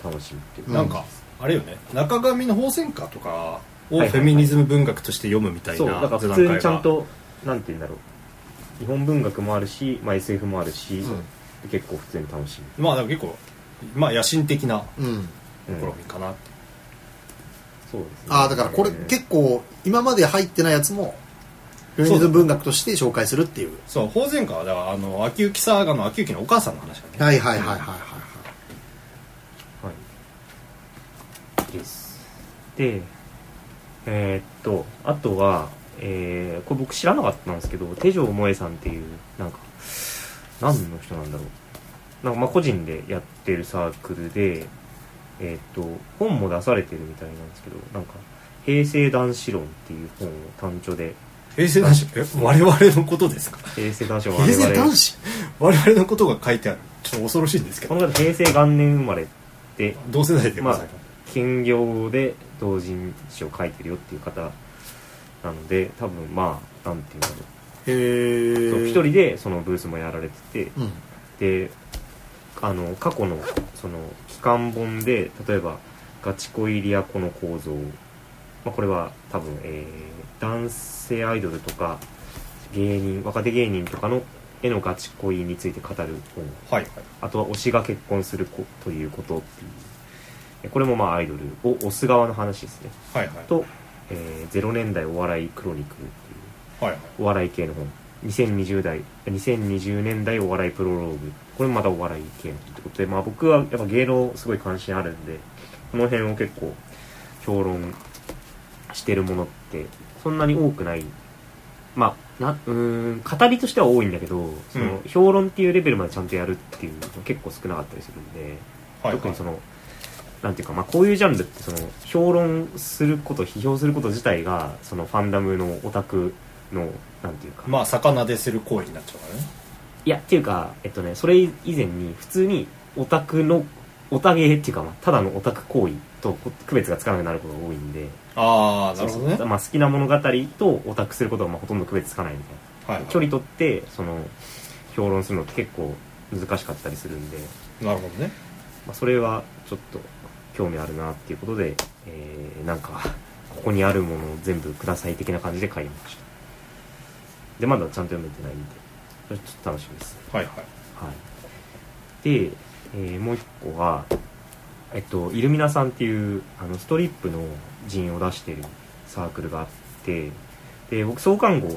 [SPEAKER 3] 楽しむっていう
[SPEAKER 1] え
[SPEAKER 2] う
[SPEAKER 1] なんかあれよね中上の宝泉歌とかを
[SPEAKER 3] はいはいはい
[SPEAKER 1] フェミニズム文学として読むみたい
[SPEAKER 3] そう
[SPEAKER 1] な
[SPEAKER 3] だから普通にちゃんとなんて言うんだろう日本文学もあるし、まあ、SF もあるし、結構普通に楽し
[SPEAKER 1] まあだから結構まあ野心的な
[SPEAKER 2] うん、うん、
[SPEAKER 3] む、うん
[SPEAKER 1] 試みかなって、
[SPEAKER 3] そうですね
[SPEAKER 2] ああだからこれ
[SPEAKER 3] ね
[SPEAKER 2] 結構今まで入ってないやつもフェミニズム文学として紹介するっていう
[SPEAKER 1] そう宝泉歌はだからあの秋雪佐賀の秋雪のお母さんの話だね、
[SPEAKER 2] はいはいはいはいはいはい
[SPEAKER 3] はい。です。で、えーっと、あとは、えー、これ僕知らなかったんですけど、手錠萌えさんっていう、なんか、何の人なんだろう。なんかまあ個人でやってるサークルで、えーっと、本も出されてるみたいなんですけど、なんか、平成男子論っていう本を単調で、
[SPEAKER 1] 平成男子え我々のことですか
[SPEAKER 3] 平成男子は我
[SPEAKER 2] 平
[SPEAKER 3] 々、
[SPEAKER 2] 成男子
[SPEAKER 1] 我々のことが書いてあるちょっと恐ろしいんですけ
[SPEAKER 3] こ
[SPEAKER 1] ど
[SPEAKER 3] の方平成元年生まれで、
[SPEAKER 1] 同世代でございます、
[SPEAKER 3] 兼業で同人誌を書いてるよっていう方なので多分まあなんていうんだろ
[SPEAKER 2] へ
[SPEAKER 3] うそう
[SPEAKER 2] え
[SPEAKER 3] 一人でそのブースもやられて
[SPEAKER 2] うん
[SPEAKER 3] てであの過去のその期間本で例えば「ガチ恋リアコの構造」まあ、これは多分、えー男性アイドルとか芸人若手芸人とかの、へのガチ恋について語る本
[SPEAKER 1] はいはい
[SPEAKER 3] あとは推しが結婚するこということっていうえこれもまあアイドルを推す側の話ですね
[SPEAKER 1] はいはい
[SPEAKER 3] と、えー0年代お笑いクロニクルって
[SPEAKER 1] はいはい
[SPEAKER 3] いうお笑い系の本2020代2020年代お笑いプロローグこれもまたお笑い系の本ってことでまあ僕はやっぱ芸能すごい関心あるんでこの辺を結構評論してるものってそんなに多くないまあなうーん語りとしては多いんだけどその
[SPEAKER 1] う
[SPEAKER 3] 評論っていうレベルまでちゃんとやるっていうの結構少なかったりするんで、
[SPEAKER 1] はい
[SPEAKER 3] 特にそ
[SPEAKER 1] の
[SPEAKER 3] のなんていうか、まあ、こういうジャンルってその評論すること批評すること自体がそのファンダムのオタクのなんていうか、
[SPEAKER 1] まあ魚でする行為になっちゃうからね
[SPEAKER 3] いやっていうか、えっとね、それ以前に普通にオタクのオタゲーっていうか、まあ、ただのオタク行為とこ区別がつかなくなることが多いんで
[SPEAKER 1] ああなるほどね
[SPEAKER 3] そうそうまあ、好きな物語とオタクすることはまあほとんど区別つかないみたいな。
[SPEAKER 1] はいはい
[SPEAKER 3] 距離取ってその評論するのって結構難しかったりするんで、
[SPEAKER 1] なるほどね
[SPEAKER 3] まあ、それはちょっと興味あるなっていうことで、えーなんかここにあるものを全部ください的な感じで買いましたでまだちゃんと読めてないんでそれちょっと楽しみですね
[SPEAKER 1] はいはい
[SPEAKER 3] はいで、えーもう一個がえっとイルミナさんっていうあのストリップの陣を出してるサークルがあってで僕創刊号、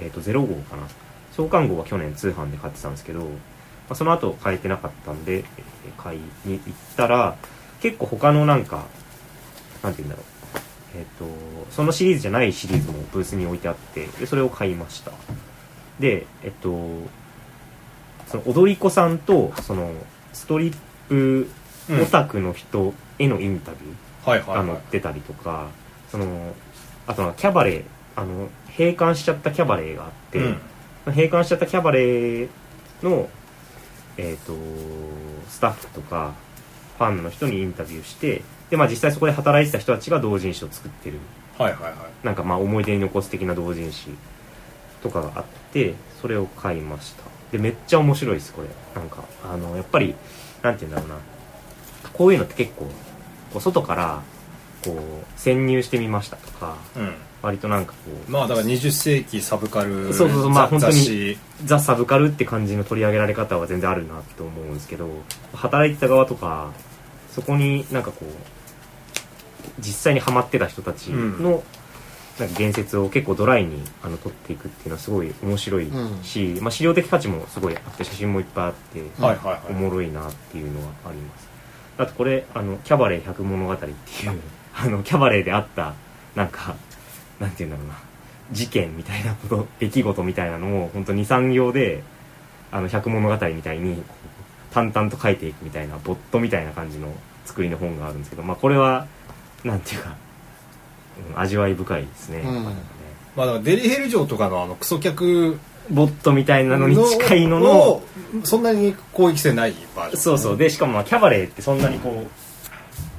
[SPEAKER 3] えっと0号かな創刊号は去年通販で買ってたんですけど、まあ、その後買えてなかったんで、えー買いに行ったら結構他のなんかなんて言うんだろうえっとそのシリーズじゃないシリーズもブースに置いてあってでそれを買いましたでえっとその踊り子さんとそのストリップ
[SPEAKER 1] うん
[SPEAKER 3] オタクの人へのインタビュー、
[SPEAKER 1] はいはい
[SPEAKER 3] あ
[SPEAKER 1] はい
[SPEAKER 3] の出たりとかそのあとはキャバレーあの閉館しちゃったキャバレーがあって、
[SPEAKER 1] うん
[SPEAKER 3] 閉館しちゃったキャバレーの、えー、とスタッフとかファンの人にインタビューしてで、まあ、実際そこで働いてた人たちが同人誌を作ってる
[SPEAKER 1] はいはいはい
[SPEAKER 3] なんかまあ思い出に残す的な同人誌とかがあってそれを買いましたでめっちゃ面白いですこれなんかあのやっぱりなんて言うんだろうなこういうのって結構こう外からこう潜入してみましたとか
[SPEAKER 1] うん
[SPEAKER 3] 割となんかこう
[SPEAKER 1] まあだから20世紀サブカル
[SPEAKER 3] そうそうそうまあ
[SPEAKER 1] 雑
[SPEAKER 3] 本当に
[SPEAKER 1] 雑誌
[SPEAKER 3] ザ・サブカルって感じの取り上げられ方は全然あるなと思うんですけど働いてた側とかそこになんかこう実際にハマってた人たちの、
[SPEAKER 1] うん
[SPEAKER 3] なんか言説を結構ドライにあの撮っていくっていうのはすごい面白いし、まあ、資料的価値もすごいあって写真もいっぱいあって、
[SPEAKER 1] はいはいはい
[SPEAKER 3] おもろいなっていうのはありますあとこれあのキャバレー百物語っていうあのキャバレーであったなんかなんて言うんだろうな事件みたいなこと出来事みたいなのを本当に23行であの百物語みたいにこう淡々と書いていくみたいなボットみたいな感じの作りの本があるんですけど、まあ、これはなんていうか、うん味わい深いですね,、
[SPEAKER 2] うん
[SPEAKER 3] なんかね
[SPEAKER 1] まあだからデリヘル城とかのあのクソ客
[SPEAKER 3] ボットみたいなのに近いのの
[SPEAKER 1] のそんなに攻撃性ないバージョン
[SPEAKER 3] そうそうでしかもまあキャバレーってそんなにこ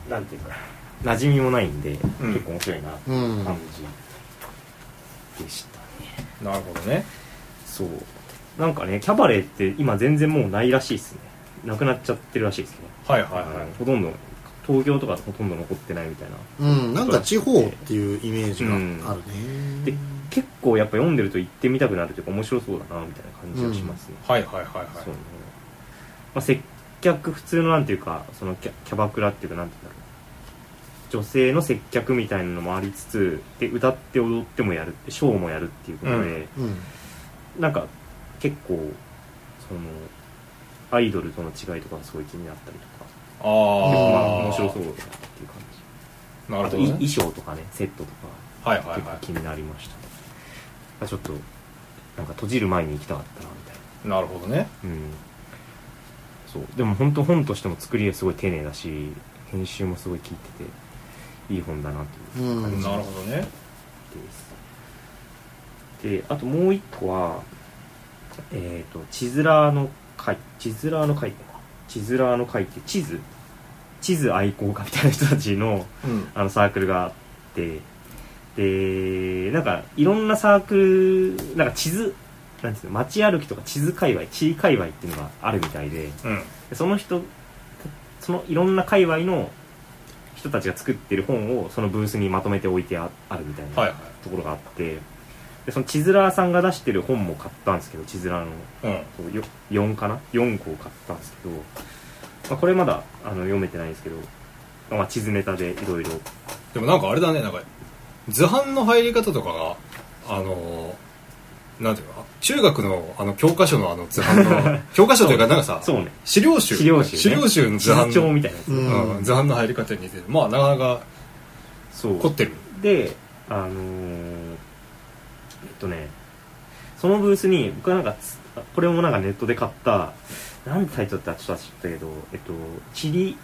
[SPEAKER 3] うなんていうか馴染みもないんで、
[SPEAKER 1] うん
[SPEAKER 3] 結構面白いなって
[SPEAKER 2] うん
[SPEAKER 3] 感じでしたね
[SPEAKER 1] なるほどね
[SPEAKER 3] そうなんかねキャバレーって今全然もうないらしいですねなくなっちゃってるらしいですけど、
[SPEAKER 1] はいはいはい
[SPEAKER 3] ほとんど東京とかほとんど残ってないみたいな
[SPEAKER 2] うん、なんか地方っていうイメージがあるね、
[SPEAKER 3] で結構やっぱ読んでると行ってみたくなるというか面白そうだなみたいな感じがしますね、
[SPEAKER 1] はいはいはいはい
[SPEAKER 3] そうね、まあ、接客普通のなんていうかそのキャキャバクラっていうかなんていうんだろう女性の接客みたいなのもありつつで歌って踊ってもやるってショーもやるっていうことで、
[SPEAKER 2] うん
[SPEAKER 3] なんか結構そのアイドルとの違いとかがすごい気になったりとか
[SPEAKER 1] あ
[SPEAKER 3] まあ
[SPEAKER 1] あ
[SPEAKER 3] 面白そうだなっていう感じ
[SPEAKER 1] な
[SPEAKER 3] あ
[SPEAKER 1] る
[SPEAKER 3] と
[SPEAKER 1] ほ
[SPEAKER 3] い
[SPEAKER 1] ど
[SPEAKER 3] 衣
[SPEAKER 1] ね
[SPEAKER 3] 装とかねセットとか
[SPEAKER 1] はいはい
[SPEAKER 3] 結
[SPEAKER 1] は
[SPEAKER 3] 構気になりました、まあちょっとなんか閉じる前に行きたかったなみたいな
[SPEAKER 1] な
[SPEAKER 3] い
[SPEAKER 1] るほどね
[SPEAKER 3] うん、そうでも本当本としても作りがすごい丁寧だし編集もすごい効いてていい本だなという
[SPEAKER 1] な
[SPEAKER 3] 感
[SPEAKER 1] る
[SPEAKER 3] じ
[SPEAKER 1] ほ
[SPEAKER 3] です、
[SPEAKER 1] どね
[SPEAKER 3] であともう一個はえっ、と地図ラーの会地図ラーの会ってか地図ラーの会って地図地図愛好家みたいな人たちの
[SPEAKER 1] うん
[SPEAKER 3] あのサークルがあってでなんかいろんなサークルなんか地図なんていうの街歩きとか地図界隈地理界隈っていうのがあるみたいで
[SPEAKER 1] うん
[SPEAKER 3] でその人そのいろんな界隈の人たちが作ってる本をそのブースにまとめて置いてああるみたい
[SPEAKER 1] はいは
[SPEAKER 3] ないところがあって、でその千鶴さんが出してる本も買ったんですけど千鶴の
[SPEAKER 1] うん
[SPEAKER 3] そうよ4かな4個を買ったんですけど、まあ、これまだあの読めてないんですけど、まあ、地図ネタでいろいろ
[SPEAKER 1] でもなんかあれだねなんか図版の入り方とかがあのーなんていうか中学のあの教科書のあの図版 の教科書というかなんかさ
[SPEAKER 3] そうね
[SPEAKER 1] 資料集
[SPEAKER 3] 資料集、ね、
[SPEAKER 1] 資料集の図版
[SPEAKER 3] 地図帳
[SPEAKER 1] の、
[SPEAKER 3] みたいなやつ、
[SPEAKER 2] うん
[SPEAKER 1] うん、図版の入り方に似てるまあなかなか
[SPEAKER 3] そ
[SPEAKER 1] 凝
[SPEAKER 3] う
[SPEAKER 1] ってる
[SPEAKER 3] であのーえっとねそのブースに僕はなんかつこれもなんかネットで買ったなんてタイトルだったかちょっと忘れたけどえっと地理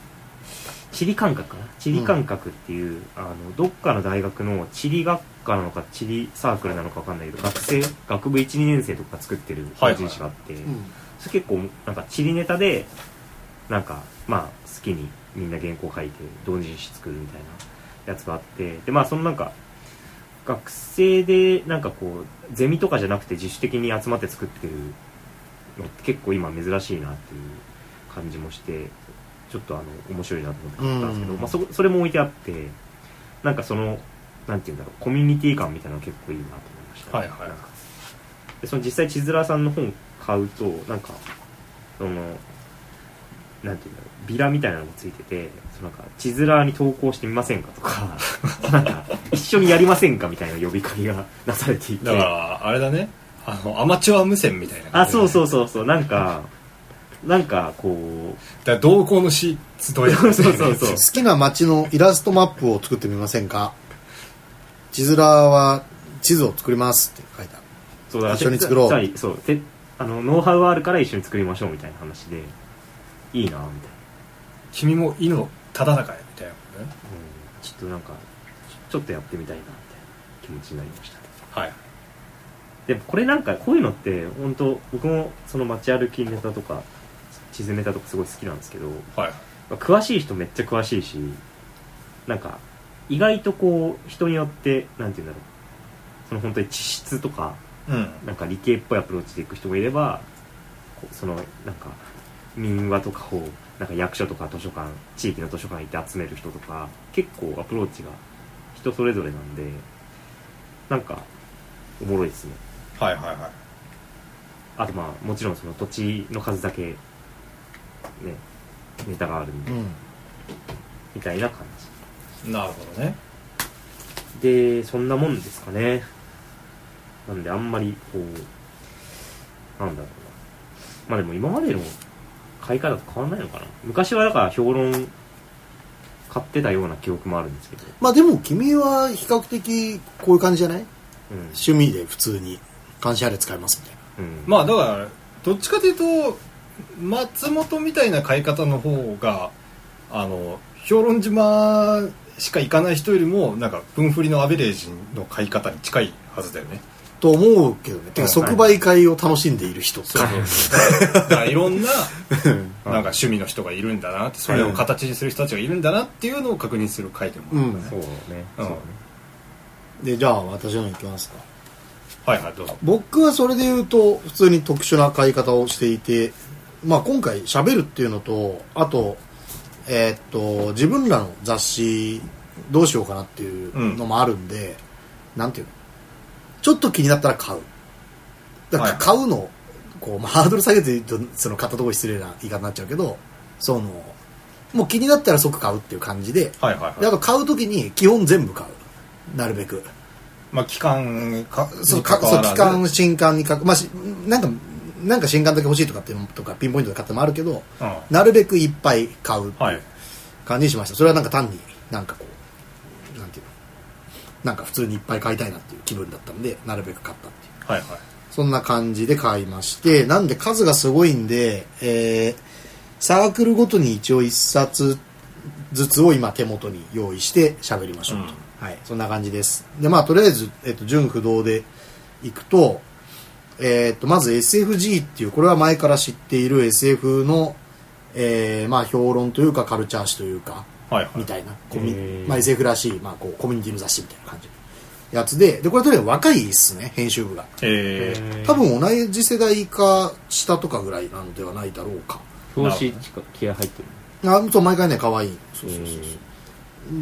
[SPEAKER 3] 地理感覚かな地理感覚っていう、あのどっかの大学の地理学科なのか地理サークルなのかわかんないけど学生学部12年生とか作ってる
[SPEAKER 1] はいはい
[SPEAKER 3] 人誌があって、
[SPEAKER 2] うん
[SPEAKER 3] それ結構なんか地理ネタでなんかまあ好きにみんな原稿書いて同人誌作るみたいなやつがあってでまあそのなんか学生でなんかこうゼミとかじゃなくて自主的に集まって作ってるのって結構今珍しいなっていう感じもしてちょっとあの面白いなと思って買ったんですけど、
[SPEAKER 2] うん
[SPEAKER 3] まあ、そそれも置いてあってなんかそのなんて言うんだろうコミュニティ感みたいなの結構いいなと思いました、
[SPEAKER 1] はいはい
[SPEAKER 3] なんかでその実際千鶴さんの本買うとなんかそのなんていうんだろうビラみたいなのがついててそのなんか千鶴に投稿してみませんか とかなんか一緒にやりませんかみたいな呼びかけがなされていて
[SPEAKER 1] だからあれだねあのアマチュア無線みたいな
[SPEAKER 3] あそうそううそうそうなんかなんかこう
[SPEAKER 1] だから同行のし集い
[SPEAKER 3] そうそうそうそう
[SPEAKER 2] 好きな街のイラストマップを作ってみませんか地面は地図を作りますって書いた
[SPEAKER 3] そうだ
[SPEAKER 2] 一緒に作ろう
[SPEAKER 3] つまりそうてあのノウハウはあるから一緒に作りましょうみたいな話でいいなみたいな、うん、
[SPEAKER 1] 君も井のただ中やみたいなことね
[SPEAKER 3] ちょっとなんかちょちょっとやってみたいなみたいな気持ちになりました
[SPEAKER 1] はい
[SPEAKER 3] でもこれなんかこういうのって本当僕もその街歩きネタとか地図ネタとかすごい好きなんですけど、ま
[SPEAKER 1] はい
[SPEAKER 3] あ詳しい人めっちゃ詳しいしなんか意外とこう人によってなんて言うんだろうその本当に地質とか
[SPEAKER 1] うん
[SPEAKER 3] なんか理系っぽいアプローチでいく人もいればこうそのなんか民話とかをなんか役所とか図書館地域の図書館行って集める人とか結構アプローチが人それぞれなんでなんかおもろいですね
[SPEAKER 1] はいはいはい
[SPEAKER 3] あとまあもちろんその土地の数だけねネタがあるみたい
[SPEAKER 2] うん
[SPEAKER 3] みたいな感
[SPEAKER 1] なるほどね
[SPEAKER 3] じでそんなもんですかねなんであんまりこうなんだろうなまあでも今までの買い方と変わんないのかな昔はだから評論買ってたような記憶もあるんですけど、
[SPEAKER 2] まあでも君は比較的こういう感じじゃない
[SPEAKER 3] うん
[SPEAKER 2] 趣味で普通に監視あれ使いますみたいな
[SPEAKER 3] うん、
[SPEAKER 1] まあだからどっちかというと松本みたいな買い方の方があの評論島しか行かない人よりもなんか分振りのアベレージの買い方に近いはずだよ ね
[SPEAKER 2] と思うけどねてか
[SPEAKER 1] うん
[SPEAKER 2] 即売会を楽しんでいる人
[SPEAKER 1] そうそうそうだからいろんな なんか趣味の人がいるんだなってそれを形にする人たちがいるんだなっていうのを確認する回でもあるからね、
[SPEAKER 3] そうね、
[SPEAKER 1] うん
[SPEAKER 3] そうね
[SPEAKER 2] でじゃあ私の行きますか
[SPEAKER 1] はいはいどうぞ
[SPEAKER 2] 僕はそれで言うと普通に特殊な買い方をしていて、まあ、今回喋るっていうのとあと,、えーっと自分らの雑誌どうしようかなっていうのもあるんで、なんていうのちょっと気になったら買うだから
[SPEAKER 1] はい
[SPEAKER 2] 買うの、こうまあ、ハードル下げて言うとその片とこ失礼な言い方になっちゃうけどそのもう気になったら即買うっていう感じで
[SPEAKER 1] はいはい
[SPEAKER 2] で
[SPEAKER 1] は
[SPEAKER 2] あ
[SPEAKER 1] い
[SPEAKER 2] と買う時に基本全部買うなるべく。
[SPEAKER 1] まあ期間か
[SPEAKER 2] そう
[SPEAKER 1] に
[SPEAKER 2] か
[SPEAKER 1] 関
[SPEAKER 2] そう
[SPEAKER 1] わら
[SPEAKER 2] 期
[SPEAKER 1] ず
[SPEAKER 2] 間新刊にかまあしなんかなんか新刊だけ欲しいとかっていうのとかピンポイントで買ってもあるけど
[SPEAKER 1] うん
[SPEAKER 2] なるべくいっぱい買うって
[SPEAKER 1] はいいう
[SPEAKER 2] 感じにしました、それはなんか単になんかこうなんていうのなんか普通にいっぱい買いたいなっていう気分だったんでなるべく買ったっていう
[SPEAKER 1] はいはい
[SPEAKER 2] そんな感じで買いましてなんで数がすごいんで、えーサークルごとに一応一冊ずつを今手元に用意して喋りましょうと、はい、そんな感じですでまあとりあえず、えっと純不動でいくと,、えーっとまず SFG っていうこれは前から知っている SF の、えーまあ、評論というかカルチャー誌というか
[SPEAKER 1] はいはい
[SPEAKER 2] みたいなコミ、
[SPEAKER 3] へー
[SPEAKER 2] まあ、SF らしい、まあ、こうコミュニティの雑誌みたいな感じのやつででこれとりあえず若いっすね編集部が
[SPEAKER 1] えー
[SPEAKER 3] えー
[SPEAKER 2] 多分同じ世代か下とかぐらいなのではないだろうか
[SPEAKER 3] 表紙しか気合入ってる
[SPEAKER 2] あそう毎回ね可愛いそうそうそうそう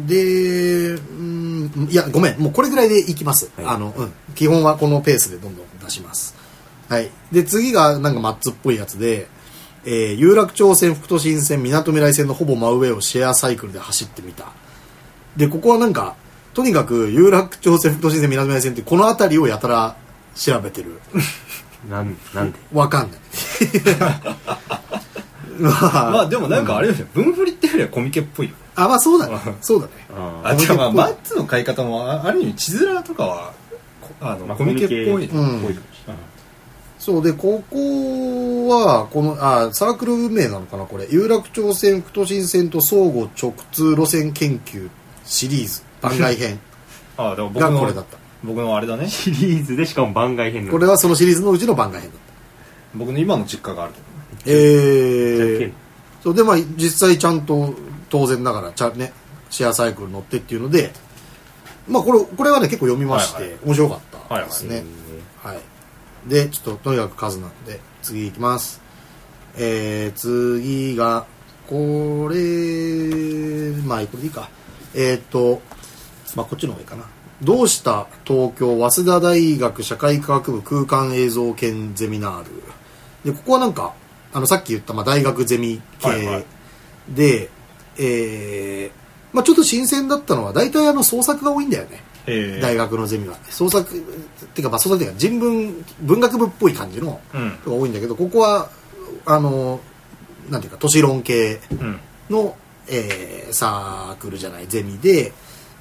[SPEAKER 2] で、うん、いや、ごめん、もうこれぐらいでいきます。
[SPEAKER 3] はい
[SPEAKER 2] あの、うん。基本はこのペースでどんどん出します。はい。で、次がなんかマッツっぽいやつで、えー有楽町線、副都心線、港未来線のほぼ真上をシェアサイクルで走ってみた。で、ここはなんか、とにかく有楽町線、副都心線、港未来線ってこの辺りをやたら調べてる。
[SPEAKER 3] なんなんで
[SPEAKER 2] わかんない。 まあ、
[SPEAKER 1] まあでもなんかあれですよ文振りっていうよりはコミケっぽいよね
[SPEAKER 2] あ、まあそうだね。そうだね。
[SPEAKER 3] あ
[SPEAKER 1] あ
[SPEAKER 3] あ
[SPEAKER 1] じゃあまあ
[SPEAKER 2] コミケっぽい
[SPEAKER 1] マッツの買い方もあある意味地面とかはこあの、
[SPEAKER 3] まあ
[SPEAKER 1] コミケっぽい、
[SPEAKER 3] コミケ
[SPEAKER 2] う
[SPEAKER 1] うん
[SPEAKER 2] ん。そうでここはこのあサークル名なのかなこれ有楽町線副都心線と相互直通路線研究シリーズ番外編
[SPEAKER 1] あでも 僕
[SPEAKER 2] がこれだっ
[SPEAKER 1] の
[SPEAKER 2] た
[SPEAKER 1] 僕のあれだね
[SPEAKER 3] シリーズでしかも番外編な
[SPEAKER 2] これはそのシリーズのうちの番外編だっ
[SPEAKER 1] 僕の今の実家があるけどね
[SPEAKER 2] たええ
[SPEAKER 3] え
[SPEAKER 2] そうでまあ実際ちゃんと当然ながらちゃんねシェアサイクル乗ってっていうのでまあこれこれはね結構読みまして、
[SPEAKER 1] はいは
[SPEAKER 2] 面白かったですね、
[SPEAKER 3] え
[SPEAKER 2] はい。で、ちょっととにかく数なんで、次いきます。えー、次が、これ、まあ、これでいいか。えーっ、と、まあ、こっちの方がいいかな。どうした東京早稲田大学社会科学部空間映像研ゼミナール。で、ここはなんか、あの、さっき言った、まあ、大学ゼミ系で、
[SPEAKER 1] はいはい
[SPEAKER 2] えーまあ、ちょっと新鮮だったのは、大体あの、創作が多いんだよね。
[SPEAKER 1] ええ
[SPEAKER 2] 大学のゼミは創作っていうかまあ創作っていうか人文文学部っぽい感じの
[SPEAKER 1] うん
[SPEAKER 2] が多いんだけどここはあのなんていうか都市論系
[SPEAKER 1] うん
[SPEAKER 2] の、えーサークルじゃないゼミで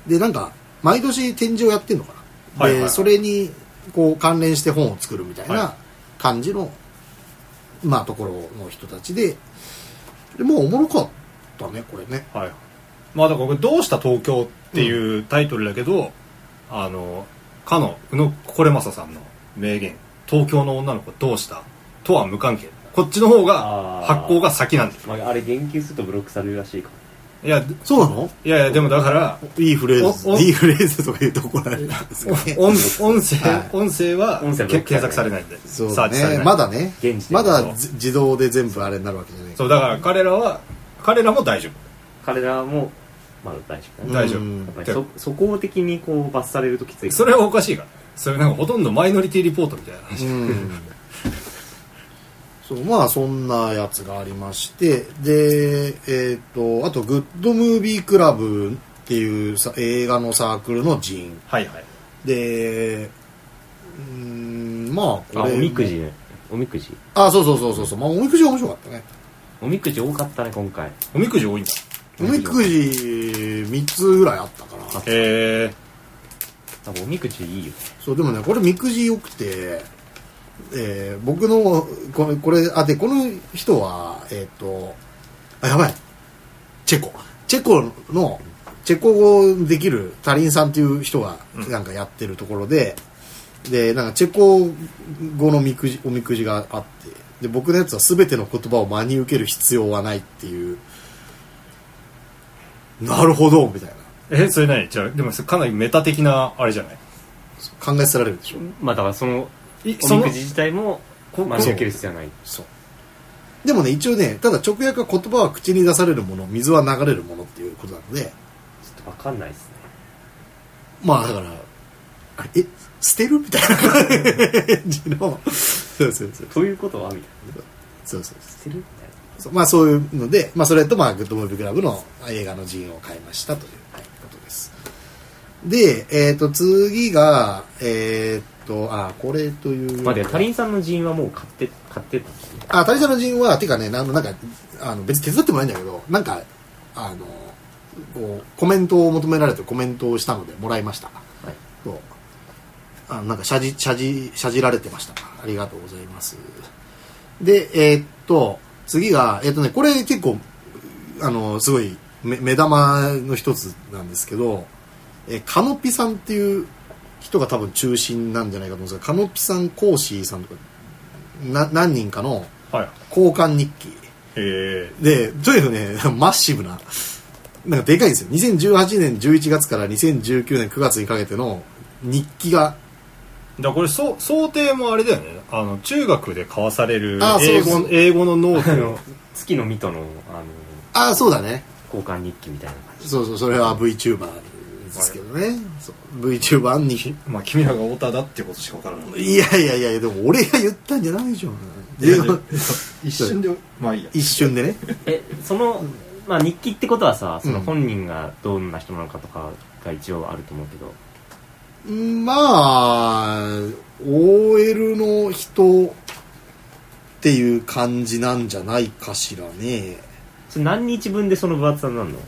[SPEAKER 2] でなんか毎年展示をやってるのかな、
[SPEAKER 1] はいはいはい
[SPEAKER 2] でそれにこう関連して本を作るみたい
[SPEAKER 1] は
[SPEAKER 2] な感じの、まあところの人たちででもうおもろかったねこれね
[SPEAKER 1] はいまあだからこれ「どうした東京」っていうタイトルだけど、あのかの宇野心正さんの名言「東京の女の子どうした?」とは無関係こっちの方が
[SPEAKER 3] あー
[SPEAKER 1] 発行が先なんです
[SPEAKER 3] まあ、あれ言及するとブロックされるらしいか
[SPEAKER 1] いやで
[SPEAKER 2] そうなの
[SPEAKER 1] いやいやでもだから
[SPEAKER 2] いいフレーズ
[SPEAKER 1] おお
[SPEAKER 2] いいフレーズとか言うと怒られるんです けどね
[SPEAKER 1] お音音声、
[SPEAKER 2] はい
[SPEAKER 1] 音声は
[SPEAKER 3] 音声は
[SPEAKER 1] け検索されないんで
[SPEAKER 2] そう
[SPEAKER 1] サ
[SPEAKER 2] だ
[SPEAKER 1] ーチされ
[SPEAKER 2] ね
[SPEAKER 1] ない
[SPEAKER 2] まだね
[SPEAKER 3] 現時点
[SPEAKER 2] ま
[SPEAKER 1] そ
[SPEAKER 2] だ
[SPEAKER 1] う
[SPEAKER 2] じ自動で全部あれになるわけじゃない
[SPEAKER 1] そうだから彼らは彼らも大丈
[SPEAKER 3] 彼らもまだ大丈夫
[SPEAKER 1] 夫
[SPEAKER 3] だね
[SPEAKER 1] 大丈夫、
[SPEAKER 2] うん
[SPEAKER 3] やっぱりそそこ的にこう罰されるときつい
[SPEAKER 1] それはおかしいからそれなんかほとんどマイノリティリポートみたいな話、
[SPEAKER 2] うんそうまあそんなやつがありましてでえっ、とあとグッドムービークラブっていうさ映画のサークルの人員
[SPEAKER 1] はいはい
[SPEAKER 2] でうーんまあこ
[SPEAKER 3] あ
[SPEAKER 2] れ
[SPEAKER 3] おみくじねおみくじ
[SPEAKER 2] あそうそうそうそうそうまあおみくじは面白かったね
[SPEAKER 3] おみくじ多かったね今回
[SPEAKER 1] おみくじ多いんだ
[SPEAKER 2] おみくじ3つぐらいあったから
[SPEAKER 1] へえ
[SPEAKER 3] 多分おみくじいいよ
[SPEAKER 2] そうでもねこれみくじよくて、えー僕のこれこれあでこの人はえっ、とあやばいチェコチェコのチェコ語できるタリンさんっていう人が
[SPEAKER 1] うん
[SPEAKER 2] なんかやってるところで、でなんかチェコ語のみくじおみくじがあってで僕のやつは全ての言葉を真に受ける必要はないっていうなるほどみたいな
[SPEAKER 1] えそれ何じゃあでもそれかなりメタ的なあれじゃない
[SPEAKER 2] 考えさせられるでしょ
[SPEAKER 3] まあだからその
[SPEAKER 1] い
[SPEAKER 3] おみくじ自体も真に受ける必要はない
[SPEAKER 2] そうでもね一応ねただ直訳は言葉は口に出されるもの水は流れるものっていうことなので
[SPEAKER 3] ちょっとわかんないですね
[SPEAKER 2] まあだからあれえ捨てるみたいな感じのそうそうそう
[SPEAKER 3] ということはみたいな
[SPEAKER 2] そうそう
[SPEAKER 3] してるみたいな
[SPEAKER 2] そうまあそういうので、まあ、それとまあグッドムービークラブの映画の人員を変えましたというはいことですでえっ、と次がえっ、とあこれという
[SPEAKER 3] まあでも他人さんの人員はもう買って買ってたんですね
[SPEAKER 2] あ、タリジャの陣は、てかね、あの、なんか、あの、別に手伝ってもないんだけど、なんか、あの、こう、コメントを求められてコメントをしたので、もらいました。
[SPEAKER 3] はい
[SPEAKER 2] そう。あの、なんか、謝辞、謝辞、謝辞られてました。ありがとうございます。で、えーっと、次が、えーっとね、これ結構、あの、すごい、め目玉の一つなんですけど、えーカノピさんっていう人が多分中心なんじゃないかと思うんですが、カノピさん、コーシーさんとか、な何人かの
[SPEAKER 1] はい
[SPEAKER 2] 交換日記
[SPEAKER 1] へ
[SPEAKER 2] でとにかくね マッシブななんかでかいんですよ2018年11月から2019年9月にかけての日記が
[SPEAKER 1] えだからこれそう想定もあれだよねあの中学で交わされる
[SPEAKER 2] あそう
[SPEAKER 1] 英
[SPEAKER 2] そ
[SPEAKER 1] 語
[SPEAKER 2] う
[SPEAKER 1] 英語のノ
[SPEAKER 3] あ
[SPEAKER 1] ート
[SPEAKER 3] の月の水戸のあの
[SPEAKER 2] ああそうだね
[SPEAKER 3] 交換日記みたいな感じ
[SPEAKER 2] そうそうそれは VTuber ですけどね、そう VTuber に
[SPEAKER 1] まあ君らが太田だってことしか分からない
[SPEAKER 2] いやいやいやでも俺が言ったんじゃないじゃん
[SPEAKER 1] いやいや一瞬でまあいいや
[SPEAKER 2] 一瞬でね
[SPEAKER 3] えその、まあ、日記ってことはさその
[SPEAKER 2] うん
[SPEAKER 3] 本人がどんな人なのかとかが一応あると思うけど、
[SPEAKER 2] まあ OL の人っていう感じなんじゃないかしらね
[SPEAKER 3] それ何日分でその分厚さになるの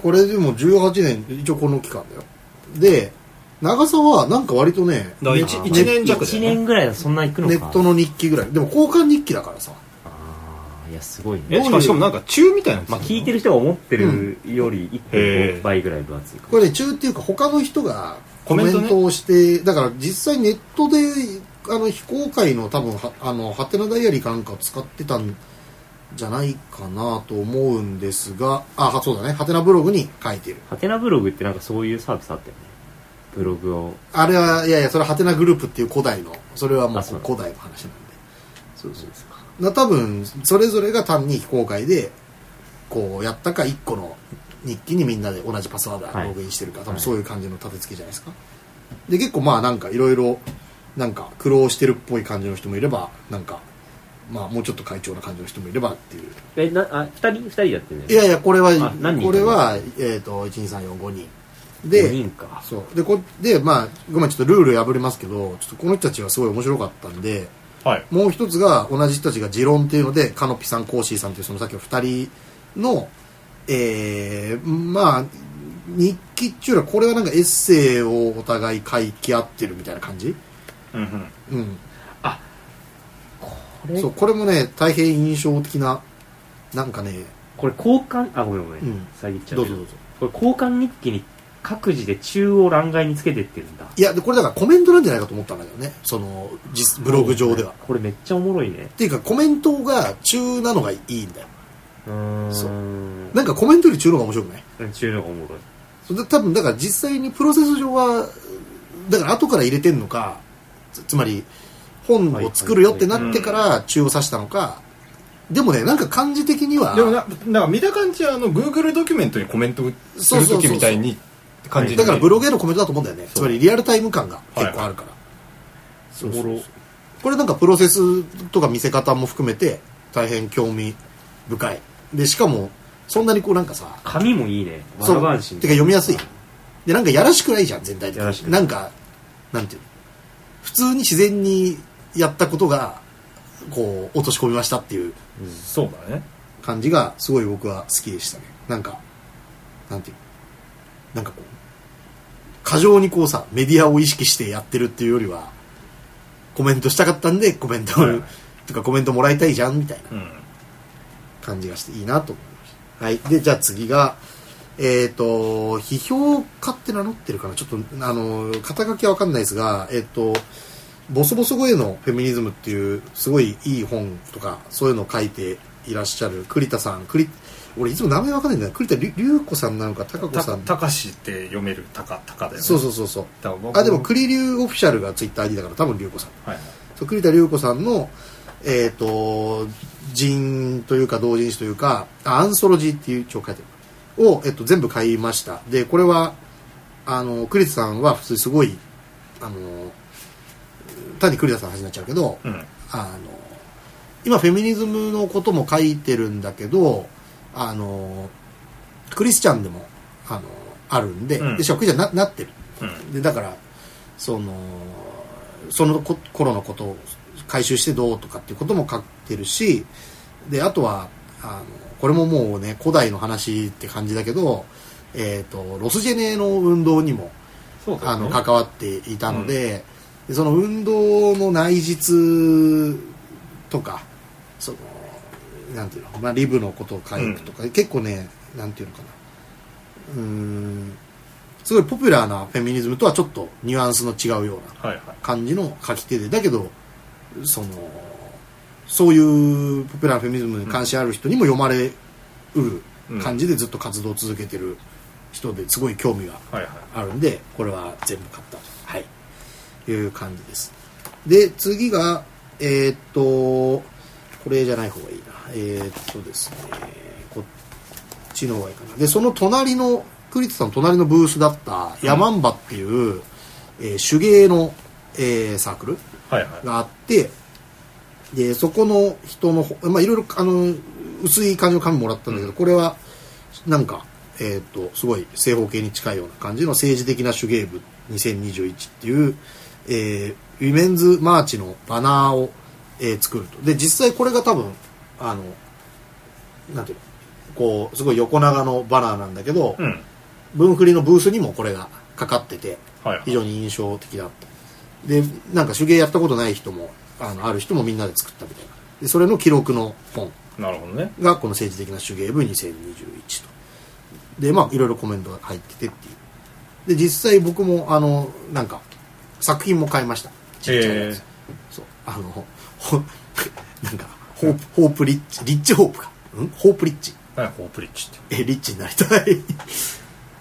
[SPEAKER 2] これでも18年一応この期間だよで長さはなんか割とね
[SPEAKER 1] だから一
[SPEAKER 3] あー
[SPEAKER 1] 一年弱だ
[SPEAKER 3] 一
[SPEAKER 1] よね
[SPEAKER 3] 年ぐらいはそんな行くのか
[SPEAKER 2] ネットの日記ぐらいでも交換日記だからさ
[SPEAKER 3] ああいやすごい
[SPEAKER 1] え
[SPEAKER 3] ね
[SPEAKER 1] しかもしかもなんか中みたいなやつ
[SPEAKER 3] まあ聞いてる人が思ってるより
[SPEAKER 1] へ
[SPEAKER 3] 1.5
[SPEAKER 1] ー
[SPEAKER 3] 倍ぐらい分厚いか
[SPEAKER 2] これね中っていうか他の人がコ
[SPEAKER 1] コ
[SPEAKER 2] メ
[SPEAKER 1] メントね
[SPEAKER 2] ントをして、だから実際ネットであの非公開の多分はあのハテナダイアリーかなんかを使ってたんじゃないかなと思うんですがあはそうだねハテナブログに書いてる
[SPEAKER 3] ハテナブログってなんかそういうサービスあったよねブログを
[SPEAKER 2] あれはいやいやそれはハテナグループっていう古代のそれはもう
[SPEAKER 3] あそう
[SPEAKER 2] 古代の話なんでそうそう
[SPEAKER 3] すか
[SPEAKER 2] な多分それぞれが単に非公開でこうやったか1個の日記にみんなで同じパスワード
[SPEAKER 3] はい
[SPEAKER 2] ログインしてるか、多
[SPEAKER 3] は
[SPEAKER 2] 分
[SPEAKER 3] い
[SPEAKER 2] そういう感じの立て付けじゃないですか、で結構まあなんかいろいろなんか苦労してるっぽい感じの人もいればなんかまあもうちょっと会長な感じの人もいればっていう
[SPEAKER 3] えなあ二人二人やってんね
[SPEAKER 2] いやいやこれは
[SPEAKER 3] あ何人いたの
[SPEAKER 2] これはえっ、と12345人
[SPEAKER 3] 5
[SPEAKER 2] で
[SPEAKER 3] 人か
[SPEAKER 2] そうでこでまあごめんちょっとルール破りますけどちょっとこの人たちはすごい面白かったんで
[SPEAKER 1] はい
[SPEAKER 2] もう一つが同じ人たちが持論っていうのでカノピさんコーシーさんっていうそのさっきの二人のえー、まあ日記っていうのはこれはなんかエッセイをお互い書き合ってるみたいな感じ
[SPEAKER 1] うんうん
[SPEAKER 2] うん
[SPEAKER 3] これ
[SPEAKER 2] そうこれもね大変印象的ななんかね
[SPEAKER 3] これ交換あごめんごめん、
[SPEAKER 2] うん
[SPEAKER 3] 遮っちゃ
[SPEAKER 2] ど
[SPEAKER 3] う
[SPEAKER 2] う
[SPEAKER 3] け
[SPEAKER 2] ぞ
[SPEAKER 3] ど
[SPEAKER 2] どうぞ
[SPEAKER 3] これ交換日記に各自で中央欄外につけてってるんだ
[SPEAKER 2] いやでこれだからコメントなんじゃないかと思ったんだけどねその実ブログ上では、
[SPEAKER 3] これめっちゃおもろいね
[SPEAKER 2] っていうかコメントが中なのがいいんだよ
[SPEAKER 3] うーん
[SPEAKER 2] そなんかコメントより中の方が面白くない
[SPEAKER 3] 中央がおもろい
[SPEAKER 2] それで多分だから実際にプロセス上はだから後から入れてんのかつつまり本を作るよってなってから中を指したのかでもねなんか感じ的には
[SPEAKER 1] でもななんか見た感じはあの Google ドキュメントにコメントす
[SPEAKER 2] そう
[SPEAKER 1] る
[SPEAKER 2] そう
[SPEAKER 1] 時
[SPEAKER 2] そう
[SPEAKER 1] みたいに感じる
[SPEAKER 2] だからブログへのコメントだと思うんだよねつまりリアルタイム感が結構あるから、
[SPEAKER 3] お
[SPEAKER 2] そうそう
[SPEAKER 3] もろ
[SPEAKER 2] これなんかプロセスとか見せ方も含めて大変興味深いでしかもそんなにこうなんかさ
[SPEAKER 3] 紙もいいねバ
[SPEAKER 2] そう
[SPEAKER 3] ラバンシ
[SPEAKER 2] てか読みやすいでなんかやらしくないじゃん全体的
[SPEAKER 3] やらしく
[SPEAKER 2] に
[SPEAKER 3] な
[SPEAKER 2] ないんかなんていうの普通に自然にやったことがこう落とし込みましたっていう
[SPEAKER 1] そうだね
[SPEAKER 2] 感じがすごい僕は好きでしたねなんかなんていうのなんかこう過剰にこうさメディアを意識してやってるっていうよりはコメントしたかったんでコメントを、
[SPEAKER 1] はいはい
[SPEAKER 2] とかコメントもらいたいじゃんみたいな
[SPEAKER 1] うん
[SPEAKER 2] 感じがしていいなと思いました。はい。で、じゃあ次が、えっ、と、批評家って名乗ってるかなちょっと、あの、肩書きはわかんないですが、えっ、と、ボソボソ声のフェミニズムっていう、すごいいい本とか、そういうのを書いていらっしゃる栗田さん、栗、俺いつも名前わかんないんだよ。栗田りゅ龍子さんなのか、高子
[SPEAKER 1] た
[SPEAKER 2] さん。
[SPEAKER 1] たかしって読めるたかたかだよね
[SPEAKER 2] そうそうそうそう。
[SPEAKER 1] だから僕
[SPEAKER 2] あ、でも栗龍オフィシャルがツイッター ID だから多分龍子さん。
[SPEAKER 1] はいはい
[SPEAKER 2] そう栗田龍子さんの、えっと人というか同人誌というかあアンソロジーっていう一応書いてあるを、えっと全部買いましたでこれはあの栗田さんは普通すごいあの単に栗田さんの話になっちゃうけど
[SPEAKER 1] うん
[SPEAKER 2] あの今フェミニズムのことも書いてるんだけどあのクリスチャンでもあのあるんで,、
[SPEAKER 1] うん
[SPEAKER 2] でしかもクリスチャンにななってる
[SPEAKER 1] うん
[SPEAKER 2] でだからそのそのこ頃のことを回収してどうとかっていうことも書いてるしであとはあのこれももうね古代の話って感じだけど、えー、とロスジェネの運動にも
[SPEAKER 1] そうだ
[SPEAKER 2] あ
[SPEAKER 1] よ
[SPEAKER 2] の
[SPEAKER 1] ね
[SPEAKER 2] 関わっていたので,、でその運動の内実とかそのなんていうの、まあ、リブのことを書くとか、結構ねなんていうのかなうーんすごいポピュラーなフェミニズムとはちょっとニュアンスの違うような
[SPEAKER 1] はいはい
[SPEAKER 2] 感じの書き手でだけどそのそういうポピュラーフェミニズムに関心ある人にも読まれうる感じでずっと活動を続けてる人ですごい興味が
[SPEAKER 1] はいはい
[SPEAKER 2] あるんでこれは全部買ったと、はい、いう感じですで次がえーっとこれじゃない方がいいなえーっとですねこっちの方がいいかなでその隣の栗田さんの隣のブースだったヤマンバっていう、えー手芸の、えーサークル
[SPEAKER 1] はいはい
[SPEAKER 2] があってでそこの人のほまあいろいろあの薄い感じの紙もらったんだけど、これはなんかえっ、とすごい正方形に近いような感じの政治的な手芸部2021っていう、えーウィメンズマーチのバナーを、えー作るとで実際これが多分あのなんていうのこうすごい横長のバナーなんだけど、
[SPEAKER 1] うん
[SPEAKER 2] 文振りのブースにもこれがかかってて
[SPEAKER 1] はいはい
[SPEAKER 2] 非常に印象的だったでなんか手芸やったことない人もあのある人もみんなで作ったみたいなでそれの記録の本
[SPEAKER 1] なるほどね
[SPEAKER 2] がこの政治的な手芸部2021とでまあいろいろコメントが入っててっていうで実際僕もあのなんか作品も買いましたちっちゃいやつ、
[SPEAKER 1] え
[SPEAKER 2] そうあのほ なんかホープホープリッチリッチホープかんホープリッチ
[SPEAKER 1] 何ホープリッチって
[SPEAKER 2] えリッチになりたい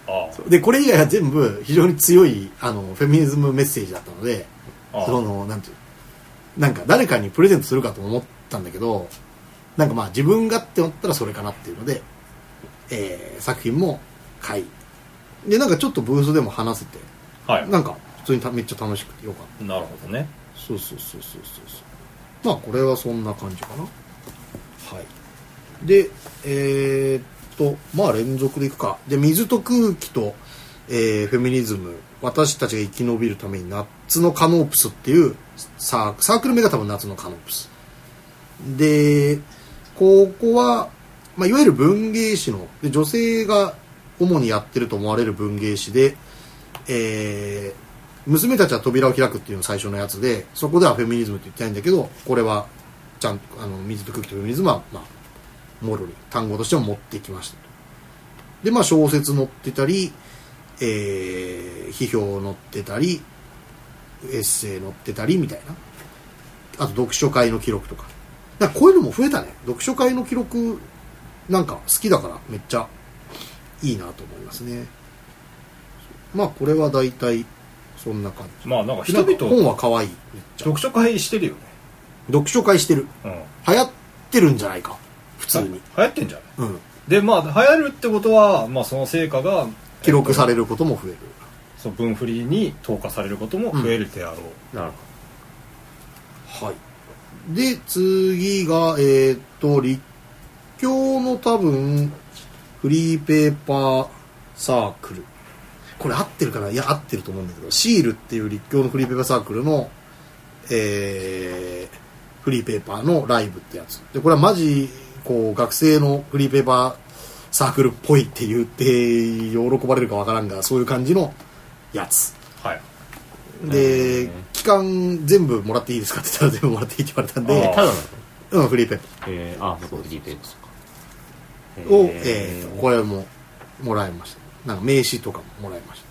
[SPEAKER 1] あ
[SPEAKER 2] でこれ以外は全部非常に強いあのフェミニズムメッセージだったので
[SPEAKER 1] ああ
[SPEAKER 2] そのなんていうなんか誰かにプレゼントするかと思ったんだけどなんかまあ自分がって思ったらそれかなっていうので、えー作品も買いでなんかちょっとブースでも話せて
[SPEAKER 1] あはい
[SPEAKER 2] なんか普通にためっちゃ楽しくてよかっ
[SPEAKER 1] なるほどね
[SPEAKER 2] たそうそうそうそうそうそうまあこれはそんな感じかなはいでえーっとまあ連続でいくかで水と空気と、えーフェミニズム私たちが生き延びるために夏のカノープスっていうサーサークル名が多分夏のカノープスでここは、まあ、いわゆる文芸誌ので女性が主にやってると思われる文芸誌で、えー娘たちは扉を開くっていうのが最初のやつでそこではフェミニズムって言ってないんだけどこれはちゃんとあの水と空気とフェミニズムは、まあ、もろに単語としても持ってきましたでまあ小説載ってたり、えー批評載ってたりエッセイ載ってたりみたいなあと読書会の記録とかなんかこういうのも増えたね読書会の記録なんか好きだからめっちゃいいなと思いますねまあこれは大体そんな感じ
[SPEAKER 1] まあなんか人
[SPEAKER 2] なんか本
[SPEAKER 1] 々
[SPEAKER 2] は可愛いめっちゃ
[SPEAKER 1] 読書会してるよね
[SPEAKER 2] 読書会してる
[SPEAKER 1] うん
[SPEAKER 2] 流行ってるんじゃないか普通に、
[SPEAKER 1] 流行ってんじゃない
[SPEAKER 2] うん、
[SPEAKER 1] でまあ流行るってことは、まあ、その成果が
[SPEAKER 2] 記録され
[SPEAKER 1] る
[SPEAKER 2] ることも増える
[SPEAKER 1] その分振りに投下されることも増えるであろう、
[SPEAKER 3] なるほ
[SPEAKER 2] はいで次がえーっと立教の多分フリーペーパーサークルこれ合ってるかないや合ってると思うんだけどシールっていう立教のフリーペーパーサークルのえーフリーペーパーのライブってやつでこれはマジこう学生のフリーペーパーサークルっぽいって言って喜ばれるかわからんがそういう感じのやつ
[SPEAKER 1] はい
[SPEAKER 2] で
[SPEAKER 3] うん
[SPEAKER 2] 期間全部もらっていいですかって言ったら全部もらっていいって言われたん
[SPEAKER 3] ど
[SPEAKER 1] あ
[SPEAKER 2] で
[SPEAKER 1] ー
[SPEAKER 3] ただなの
[SPEAKER 2] うんフリーペー
[SPEAKER 3] えー、あそうか D ペーパ
[SPEAKER 2] パーを、えーとこ
[SPEAKER 3] れ
[SPEAKER 2] れももらいましたなんか名刺とかももらいまし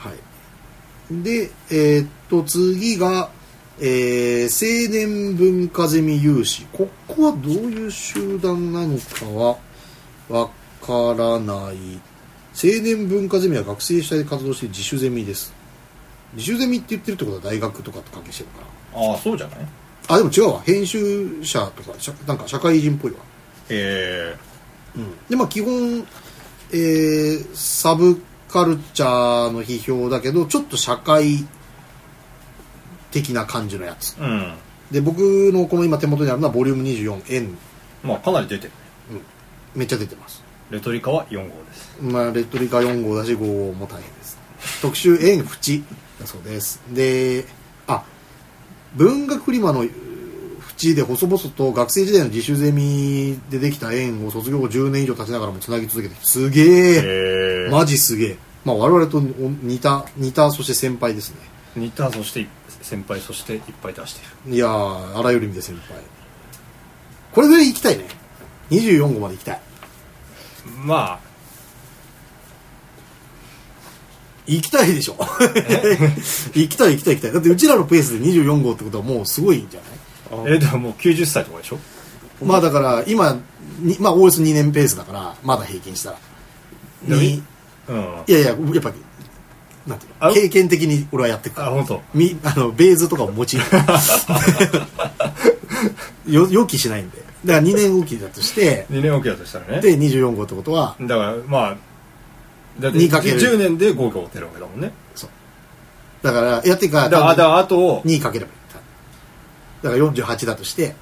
[SPEAKER 2] たはいでえーっと次が、えー青年文化ゼミ有志ここはどういう集団なのかはわからない青年文化ゼミは学生主体で活動している自主ゼミです自主ゼミって言ってるってことは大学とかと関係してるのかな
[SPEAKER 1] ああそうじゃない
[SPEAKER 2] あでも違うわ編集者とか社なんか社会人っぽいわ、
[SPEAKER 1] え
[SPEAKER 2] でまあ基本、えーサブカルチャーの批評だけどちょっと社会的な感じのやつ
[SPEAKER 1] ー、うん
[SPEAKER 2] で僕のこの今手元にあるのはボリューム24円
[SPEAKER 1] まあかなり出てるね
[SPEAKER 2] めっちゃ出てます
[SPEAKER 1] レトリカは4号です
[SPEAKER 2] まあ、レトリカ4号だし5号も大変です特集縁淵だそうですであ文学フリマのうー淵で細々と学生時代の自主ゼミでできた縁を卒業後10年以上経ちながらもつなぎ続けてきたすげえ
[SPEAKER 1] え
[SPEAKER 2] マジすげえ、まあ、我々と似た似たそして先輩ですね
[SPEAKER 1] 似たそして先輩そしていっぱい出している
[SPEAKER 2] いやーあらゆる意味で先輩これぐらい行きたいね24号まで行きたい
[SPEAKER 1] まあ
[SPEAKER 2] 行きたいでしょ 行きたい行きたい行きたいだってうちらのペースで24号ってことはもうすごいんじゃない
[SPEAKER 1] えー、でももう90歳とかでしょ
[SPEAKER 2] まあだから今にまあおおよそ2年ペースだからまだ平均したら
[SPEAKER 1] でもい
[SPEAKER 2] に
[SPEAKER 1] うん
[SPEAKER 2] いやいややっぱなんていう
[SPEAKER 1] あ
[SPEAKER 2] の経験的に俺はやってくか
[SPEAKER 1] あ
[SPEAKER 2] ら
[SPEAKER 1] 本当。
[SPEAKER 2] みあのベーズとかを用いて よ予期しないんでから2年おきだとして
[SPEAKER 1] 2年おきだとしたらね
[SPEAKER 2] で24号ってことは
[SPEAKER 1] だからまあだって
[SPEAKER 2] にかける
[SPEAKER 1] 10年で5票出るわけだもんね
[SPEAKER 2] だからいやっていうか
[SPEAKER 1] だからだからあと
[SPEAKER 2] 2かければいいだから48だとして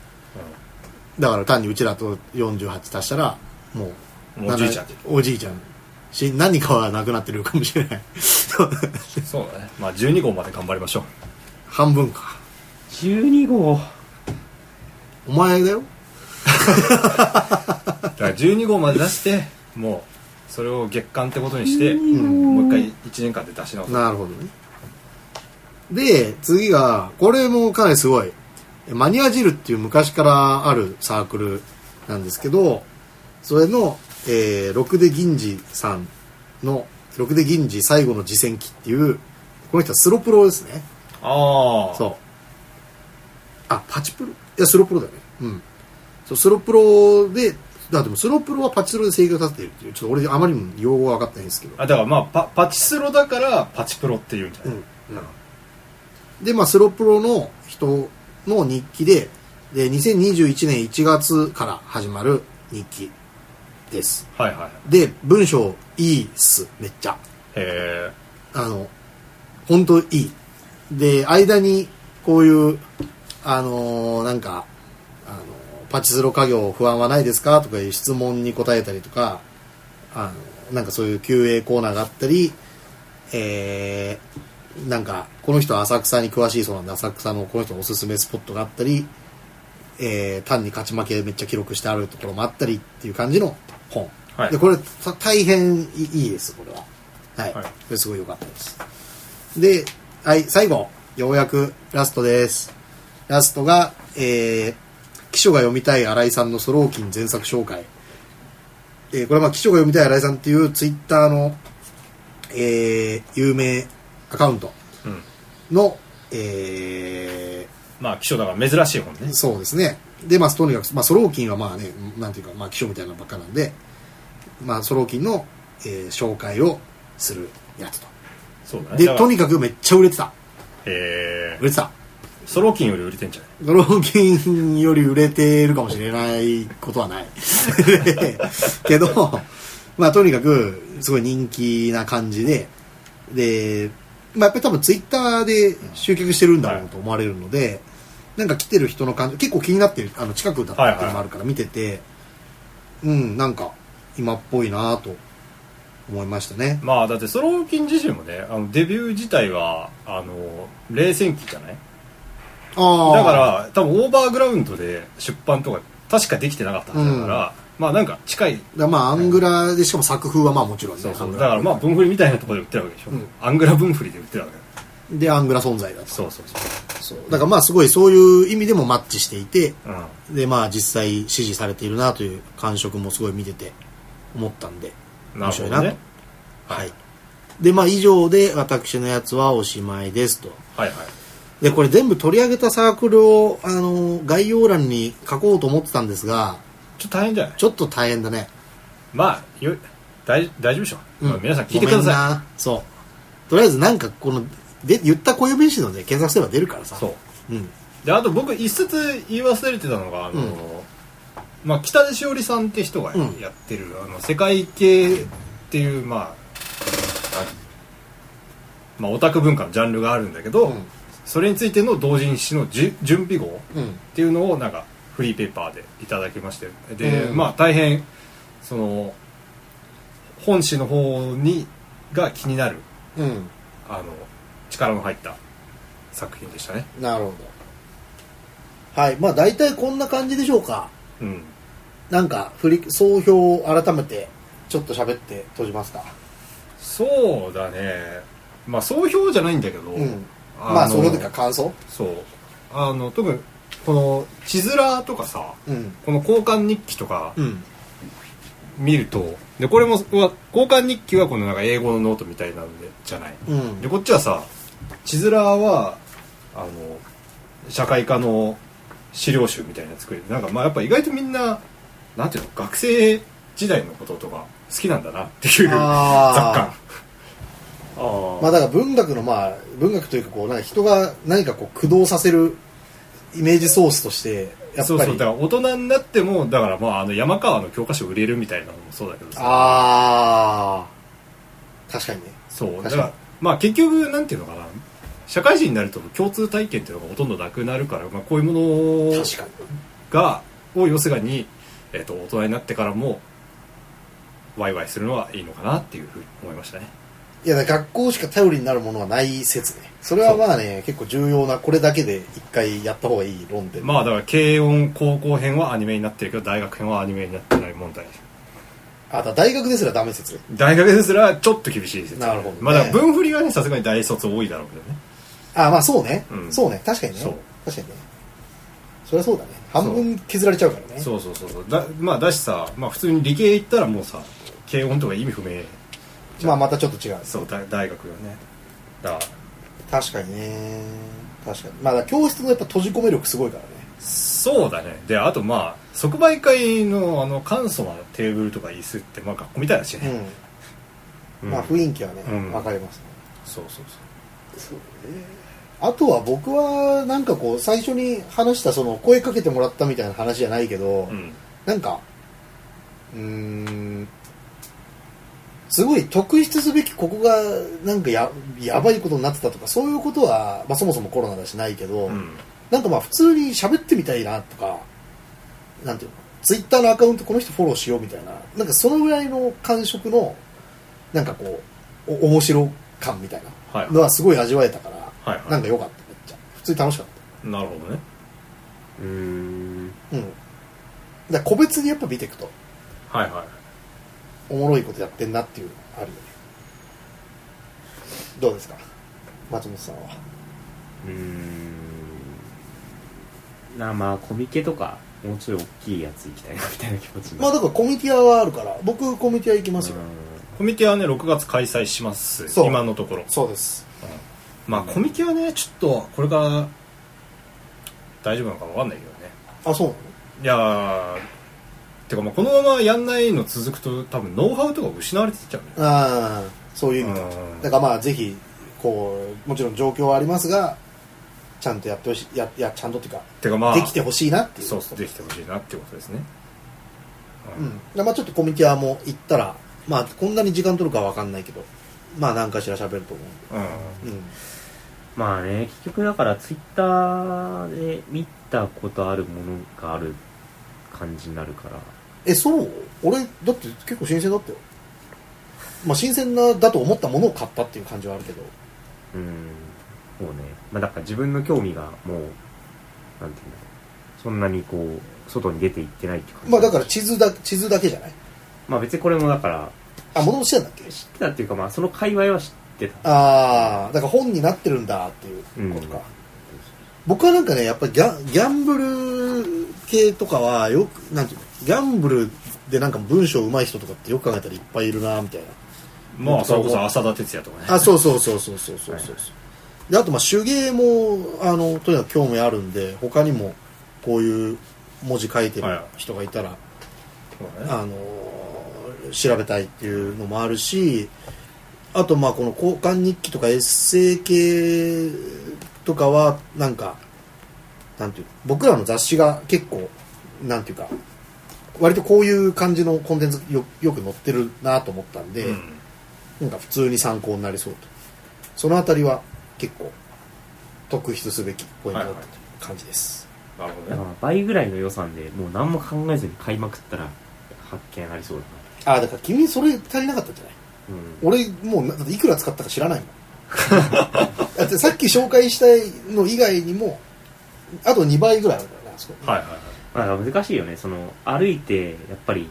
[SPEAKER 2] だから単にうちらと48足したらも
[SPEAKER 1] うん
[SPEAKER 2] う
[SPEAKER 1] もうおじいちゃんで
[SPEAKER 2] ななおじいちゃんし何かはなくなってるかもしれない そう
[SPEAKER 1] そうだねまあ12号まで頑張りましょう
[SPEAKER 2] 半分か
[SPEAKER 3] 12号
[SPEAKER 2] お前だよ
[SPEAKER 1] だから12号まで出してもうそれを月間ってことにして
[SPEAKER 2] ん
[SPEAKER 1] もう一回1年間で出し直す
[SPEAKER 2] なるほどねで次がこれもかなりすごいマニアジルっていう昔からあるサークルなんですけどそれの、えー、六で銀次さんの六で銀次最後の次戦記っていうこの人はスロプロですね
[SPEAKER 1] ああ
[SPEAKER 2] そうあパチプロいやスロプロだよねうんそうスロプロでだでもスロプロはパチスロで制御立ててるっていうちょっと俺あまりにも用語が分かってないんですけど
[SPEAKER 1] あだからまあパパチスロだからパチプロっていうんじゃ
[SPEAKER 2] う
[SPEAKER 1] ない、
[SPEAKER 2] ん、で、まあ、スロプロの人の日記でで2021年1月から始まる日記です
[SPEAKER 1] はいはいはい
[SPEAKER 2] で文章いいっすめっちゃ
[SPEAKER 1] へ
[SPEAKER 2] あの本当いいで間にこういうあのーなんか、あのーパチスロ家業不安はないですかとかいう質問に答えたりとかあのなんかそういう QA コーナーがあったりえーなんかこの人は浅草に詳しいそうなんで浅草のこの人のおすすめスポットがあったり、えー単に勝ち負けめっちゃ記録してあるところもあったりっていう感じの本、
[SPEAKER 1] はい
[SPEAKER 2] でこれた大変いいいですこれははい、
[SPEAKER 1] はい
[SPEAKER 2] これすごい良かったですで、はい、最後ようやくラストですラストが、えー、秘書が読みたい新井さんのソローキン前作紹介、えーこれはまあ、秘書が読みたい新井さんっていうツイッターの、えー有名アカウント
[SPEAKER 1] えうん
[SPEAKER 2] の、え
[SPEAKER 1] まあ気象だから珍しい本ね
[SPEAKER 2] ーそうですね。で、まあ、とにかく、まあ、ソローキンはまあね、なんていうか、まあ、気象みたいなのばっかなんで、まあ、ソローキンの、えー紹介をするやつと。
[SPEAKER 1] そうだね
[SPEAKER 2] で
[SPEAKER 1] だ、から
[SPEAKER 2] とにかくめっちゃ売れてた。
[SPEAKER 1] へえ
[SPEAKER 2] 売れてた。
[SPEAKER 1] ソロ金より売れてんじゃない
[SPEAKER 2] ドローキンより売れてるかもしれないことはない。 けど、まあとにかく、すごい人気な感じで、で、まあやっぱり多分ツイッターで集客してるんだろうと思われるので、なんか来てる人の感じ、結構気になってる、あの近くだったっていうのもあるから見てて、うん、なんか今っぽいなと思いましたね。
[SPEAKER 1] まあだってソロ金自身もねあのデビュー自体はあの冷戦期じゃない
[SPEAKER 2] ああ。
[SPEAKER 1] だか、ら多分オーバーグラウンドで出版とか確かできてなかったはずだから、まあなんか近い
[SPEAKER 2] だからまあアングラでしかも作風はまあもちろんね。
[SPEAKER 1] そうそ
[SPEAKER 2] アン
[SPEAKER 1] う
[SPEAKER 2] グ
[SPEAKER 1] だ
[SPEAKER 2] ラ
[SPEAKER 1] からまあ文振りみたいなところで売ってるわけでしょ、
[SPEAKER 2] うん
[SPEAKER 1] アングラ文振りで売ってるわけだ
[SPEAKER 2] で、アングラ存在だと。
[SPEAKER 1] そうそうそ
[SPEAKER 2] そうだからまあすごいそういう意味でもマッチしていて
[SPEAKER 1] ううん
[SPEAKER 2] でまあ実際支持されているなという感触もすごい見てて思ったんで
[SPEAKER 1] な
[SPEAKER 2] 面
[SPEAKER 1] るほ
[SPEAKER 2] 白い
[SPEAKER 1] ど
[SPEAKER 2] なと
[SPEAKER 1] ね
[SPEAKER 2] はいでまあ以上で私のやつはおしまいですと
[SPEAKER 1] はいはい
[SPEAKER 2] でこれ全部取り上げたサークルをあの概要欄に書こうと思ってたんですが
[SPEAKER 1] ちょっと大変じゃない
[SPEAKER 2] ちょっと大変だね
[SPEAKER 1] まあよ大大丈夫でしょ、うまあ皆さん聞いてくだ
[SPEAKER 2] ごめ
[SPEAKER 1] さ
[SPEAKER 2] なそうとりあえずなんかこので言った固有名詞ので検索すれば出るから
[SPEAKER 1] い
[SPEAKER 2] さ
[SPEAKER 1] そう
[SPEAKER 2] う、ん、
[SPEAKER 1] であと僕一節言い忘れてたのがあの、
[SPEAKER 2] うん
[SPEAKER 1] まあ、北出しおりさんって人が
[SPEAKER 2] うん
[SPEAKER 1] やってる、あの世界系っていうまああまあ、オタク文化のジャンルがあるんだけど、
[SPEAKER 2] うん
[SPEAKER 1] それについての同人誌のじゅ準備号
[SPEAKER 2] うん
[SPEAKER 1] っていうのをなんかフリーペーパーでいただきましてで、
[SPEAKER 2] うん
[SPEAKER 1] まあ大変その本誌の方にが気になる
[SPEAKER 2] うん
[SPEAKER 1] あの力の入った作品でしたね
[SPEAKER 2] なるほどはいまあ大体こんな感じでしょうか
[SPEAKER 1] うん
[SPEAKER 2] なんか振り総評を改めてちょっと喋って閉じますか
[SPEAKER 1] そうだねまあ総評じゃないんだけど、
[SPEAKER 2] うんまあ
[SPEAKER 1] の
[SPEAKER 2] 総評というか感想
[SPEAKER 1] そうあの特にこの地面とかさ
[SPEAKER 2] うん
[SPEAKER 1] この交換日記とか
[SPEAKER 2] うん
[SPEAKER 1] 見ると、でこれもうわ交換日記はこのなんか英語のノートみたいなのでじゃない
[SPEAKER 2] うん
[SPEAKER 1] でこっちはさ地面はあの社会科の資料集みたいなの作りでなんかまあやっぱ意外とみんななんていうの学生時代のこととか好きなんだなって いう雑感
[SPEAKER 2] ああ
[SPEAKER 3] あー、
[SPEAKER 2] まあだから文学のまあ文学というかこうなんか人が何かこう駆動させるイメージソースとしてやっぱ
[SPEAKER 1] そ
[SPEAKER 2] り
[SPEAKER 1] うそうだから大人になってもだからまああの山川の教科書売れるみたいなのもそうだけどさ
[SPEAKER 2] ああ確かにね
[SPEAKER 1] そうだ
[SPEAKER 2] 確かに
[SPEAKER 1] からまあ結局なんていうのかな社会人になると共通体験っていうのがほとんどなくなるから、まあ、こういうもの
[SPEAKER 2] 確かに
[SPEAKER 1] がを要するに、えっと大人になってからもワイワイするのはいいのかなっていうふうに思いましたね
[SPEAKER 2] いやだから学校しか頼りになるものはない説ねそれはまあね結構重要なこれだけで一回やった方がいい論点、
[SPEAKER 1] まあだから軽音高校編はアニメになってるけど大学編はアニメになってない問題
[SPEAKER 2] あとは大学ですらダメ説ね
[SPEAKER 1] 大学ですらちょっと厳しいです
[SPEAKER 2] なるほどね
[SPEAKER 1] まあだから文振りはねさすがに大卒多いだろうけどね
[SPEAKER 2] あまあそうね、
[SPEAKER 1] うん
[SPEAKER 2] そうね確かにね
[SPEAKER 1] そう
[SPEAKER 2] 確かにねそりゃそうだね半分削られちゃうからね
[SPEAKER 1] そうそうそうそうだまあだしさ、まあ、普通に理系行ったらもうさ軽音とか意味不明
[SPEAKER 2] まあまたちょっと違う
[SPEAKER 1] そうだ大学よねだから
[SPEAKER 2] 確かにね確かにまあだから教室のやっぱ閉じ込め力すごいからね
[SPEAKER 1] そうだねであとまあ即売会のあの簡素なテーブルとか椅子ってまあ学校みたいだしね、
[SPEAKER 2] うん、まあ雰囲気はね、
[SPEAKER 1] うん
[SPEAKER 2] わかりますね
[SPEAKER 1] そうそう
[SPEAKER 2] あとは僕はなんかこう最初に話したその声かけてもらったみたいな話じゃないけど、
[SPEAKER 1] そううん
[SPEAKER 2] なんかうーんすごい特筆すべきここがなんかややばいことになってたとかそういうことは、まあ、そもそもコロナだしないけど、
[SPEAKER 1] うん
[SPEAKER 2] なんかまあ普通に喋ってみたいなとかなんていうのツイッターのアカウントこの人フォローしようみたいななんかそのぐらいの感触のなんかこうお面白感みたいな
[SPEAKER 1] はい
[SPEAKER 2] のはすごい味わえたから、
[SPEAKER 1] はいはい
[SPEAKER 2] なんか良かっためっちゃ普通に楽しかっ
[SPEAKER 1] なるほどね
[SPEAKER 3] うーん
[SPEAKER 2] たうんだから個別にやっぱ見ていくと
[SPEAKER 1] はいはい
[SPEAKER 2] おもろいことやってんなっていうのあるよねどうですか松本さんは
[SPEAKER 3] うーんなまあコミケとかもうちょい大きいやつ行きたいなみたいな気持ちに
[SPEAKER 2] まあだからコミティアはあるから僕コミティア行きますよ、
[SPEAKER 1] コミケはね6月開催します
[SPEAKER 2] そう
[SPEAKER 1] 今のところ
[SPEAKER 2] そうです
[SPEAKER 1] まあコミケはねちょっとこれから大丈夫なのか分かんないけどね
[SPEAKER 2] あそうない
[SPEAKER 1] やーてかまあこのままやんないの続くと多分ノウハウとか失われてっちゃうね
[SPEAKER 2] のああそういう意味か
[SPEAKER 1] うん
[SPEAKER 2] だからまあぜひこうもちろん状況はありますがちゃんとやってほしいややちゃんとっていうか
[SPEAKER 1] てかまあ
[SPEAKER 2] できてほしいなっていう
[SPEAKER 1] そうそうできてほしいなってことですねう
[SPEAKER 2] うんん、だからまあちょっとコミティアも行ったらまあこんなに時間取るかは分かんないけどまあ何かしら喋ると思うんでうん
[SPEAKER 3] まあね結局だからツイッターで見たことあるものがある感じになるから
[SPEAKER 2] えそう俺だって結構新鮮だったよまあ新鮮なだと思ったものを買ったっていう感じはあるけど
[SPEAKER 3] うーんもうねまあだから自分の興味がもうなんていうんだろうそんなにこう外に出て行ってないって感じ
[SPEAKER 2] まあだから地図だ地図だけじゃない
[SPEAKER 3] まあ別にこれもだから
[SPEAKER 2] あものもしてたんだっけ
[SPEAKER 3] 知ってたっていうかまあその界隈は知ってた
[SPEAKER 2] ああだから本になってるんだっていうことか、
[SPEAKER 3] うん
[SPEAKER 2] 僕はなんかねやっぱりギャギャンブル系とかはよくなんていうのギャンブルでなんか文章上手い人とかってよく考えたらいっぱいいるなみたいな
[SPEAKER 1] まあそれこそ浅田哲也とかね
[SPEAKER 2] あそうそうそうそうそうそうそう、であとまあ手芸もあのとにかく興味あるんで他にもこういう文字書いてる人がいたら、
[SPEAKER 1] そうだね
[SPEAKER 2] あの調べたいっていうのもあるしあとまあこの交換日記とかエッセイ系とかはなんかなんていう僕らの雑誌が結構なんていうか割とこういう感じのコンテンツよよく載ってるなと思ったんで、
[SPEAKER 1] うん
[SPEAKER 2] なんか普通に参考になりそうとそのあたりは結構特筆すべきポイントだったという感じです、
[SPEAKER 1] なるほ
[SPEAKER 3] だ
[SPEAKER 1] ど
[SPEAKER 3] か
[SPEAKER 1] ね
[SPEAKER 3] ら倍ぐらいの予算でもう何も考えずに買いまくったら発見ありそうだ
[SPEAKER 2] ああだから君それ足りなかったんじゃない
[SPEAKER 3] なうん
[SPEAKER 2] 俺もうなだっていくら使ったか知らないもんだってさっき紹介したの以外にもあと2倍ぐらいあるからなあそこ
[SPEAKER 1] はいはいはい
[SPEAKER 3] まあ難しいよねその歩いてやっぱり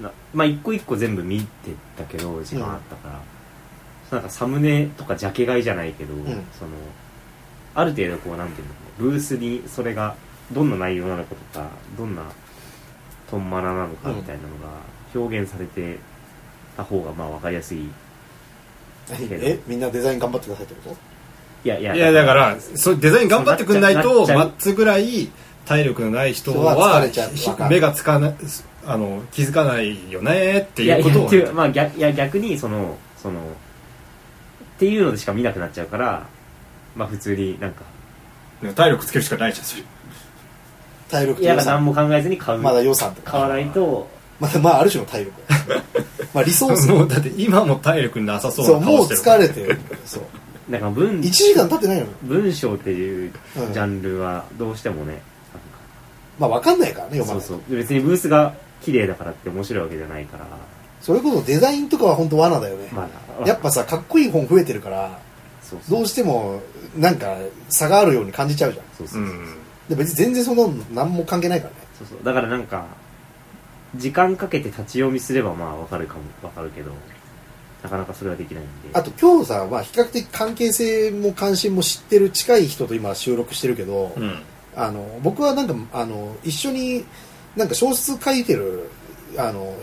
[SPEAKER 3] なまあ一個一個全部見てたけど時間あったから、なんかサムネとかジャケ買いじゃないけど、
[SPEAKER 2] ん
[SPEAKER 3] そのある程度こうなんていうのブースにそれがどんな内容なのかとかどんなトンマラなのかみたいなのが表現されてた方がまあ分かりやすい
[SPEAKER 2] えみんなデザイン頑張ってくださいってこと
[SPEAKER 3] いやいや
[SPEAKER 1] いやだからそうデザイン頑張ってくんない
[SPEAKER 3] そうな
[SPEAKER 1] と
[SPEAKER 3] っちゃう
[SPEAKER 1] マッツぐらい体力のない人
[SPEAKER 2] そうは疲
[SPEAKER 1] は
[SPEAKER 2] れちゃう
[SPEAKER 1] ひ
[SPEAKER 2] わかる
[SPEAKER 1] 目がつかないあの気づかないよねって
[SPEAKER 3] い
[SPEAKER 1] い
[SPEAKER 3] や
[SPEAKER 1] う
[SPEAKER 3] い
[SPEAKER 1] こ
[SPEAKER 3] や
[SPEAKER 1] とを
[SPEAKER 3] っていうまあ逆いや逆にそのそのっていうのでしか見なくなっちゃうからまあ普通になんか
[SPEAKER 1] でも体力つけるしかないじゃんそれ
[SPEAKER 2] 体力と
[SPEAKER 3] 親
[SPEAKER 2] 予
[SPEAKER 3] が何
[SPEAKER 2] 算
[SPEAKER 3] も考えずに買う
[SPEAKER 2] まだ予算とか
[SPEAKER 3] 買わないと
[SPEAKER 2] まだまあある種の体力だよねまあ理想っす よ
[SPEAKER 1] もうだって今も体力なさそう
[SPEAKER 2] そう
[SPEAKER 1] な
[SPEAKER 2] もう
[SPEAKER 1] 顔してるか
[SPEAKER 2] 疲
[SPEAKER 1] ら
[SPEAKER 2] れてるそう
[SPEAKER 3] なんか文
[SPEAKER 2] 1時間経ってないのよ、
[SPEAKER 3] 文章っていう
[SPEAKER 2] うん
[SPEAKER 3] ジャンルはどうしてもね、
[SPEAKER 2] まあ分かんないからね
[SPEAKER 3] な
[SPEAKER 2] 読
[SPEAKER 3] んか
[SPEAKER 2] ま
[SPEAKER 3] そ
[SPEAKER 2] な
[SPEAKER 3] う
[SPEAKER 2] いと
[SPEAKER 3] そう別にブースが綺麗だからって面白いわけじゃないから
[SPEAKER 2] それこそデザインとかは本当罠だよね、
[SPEAKER 3] まだ
[SPEAKER 2] やっぱさかっこいい本増えてるから
[SPEAKER 3] そうそう
[SPEAKER 2] どうしてもなんか差があるように感じちゃうじゃん
[SPEAKER 3] そうそううそう、
[SPEAKER 1] ん
[SPEAKER 2] で別に全然そんなの何も関係ないからね
[SPEAKER 3] そうそうだからなんか時間かけて立ち読みすればまあわかるかもわかるけどなかなかそれはできないんで
[SPEAKER 2] あと今日さまあ比較的関係性も関心も知ってる近い人と今収録してるけど、
[SPEAKER 1] うん
[SPEAKER 2] あの僕はなんかあの一緒になんか小説書いてるあの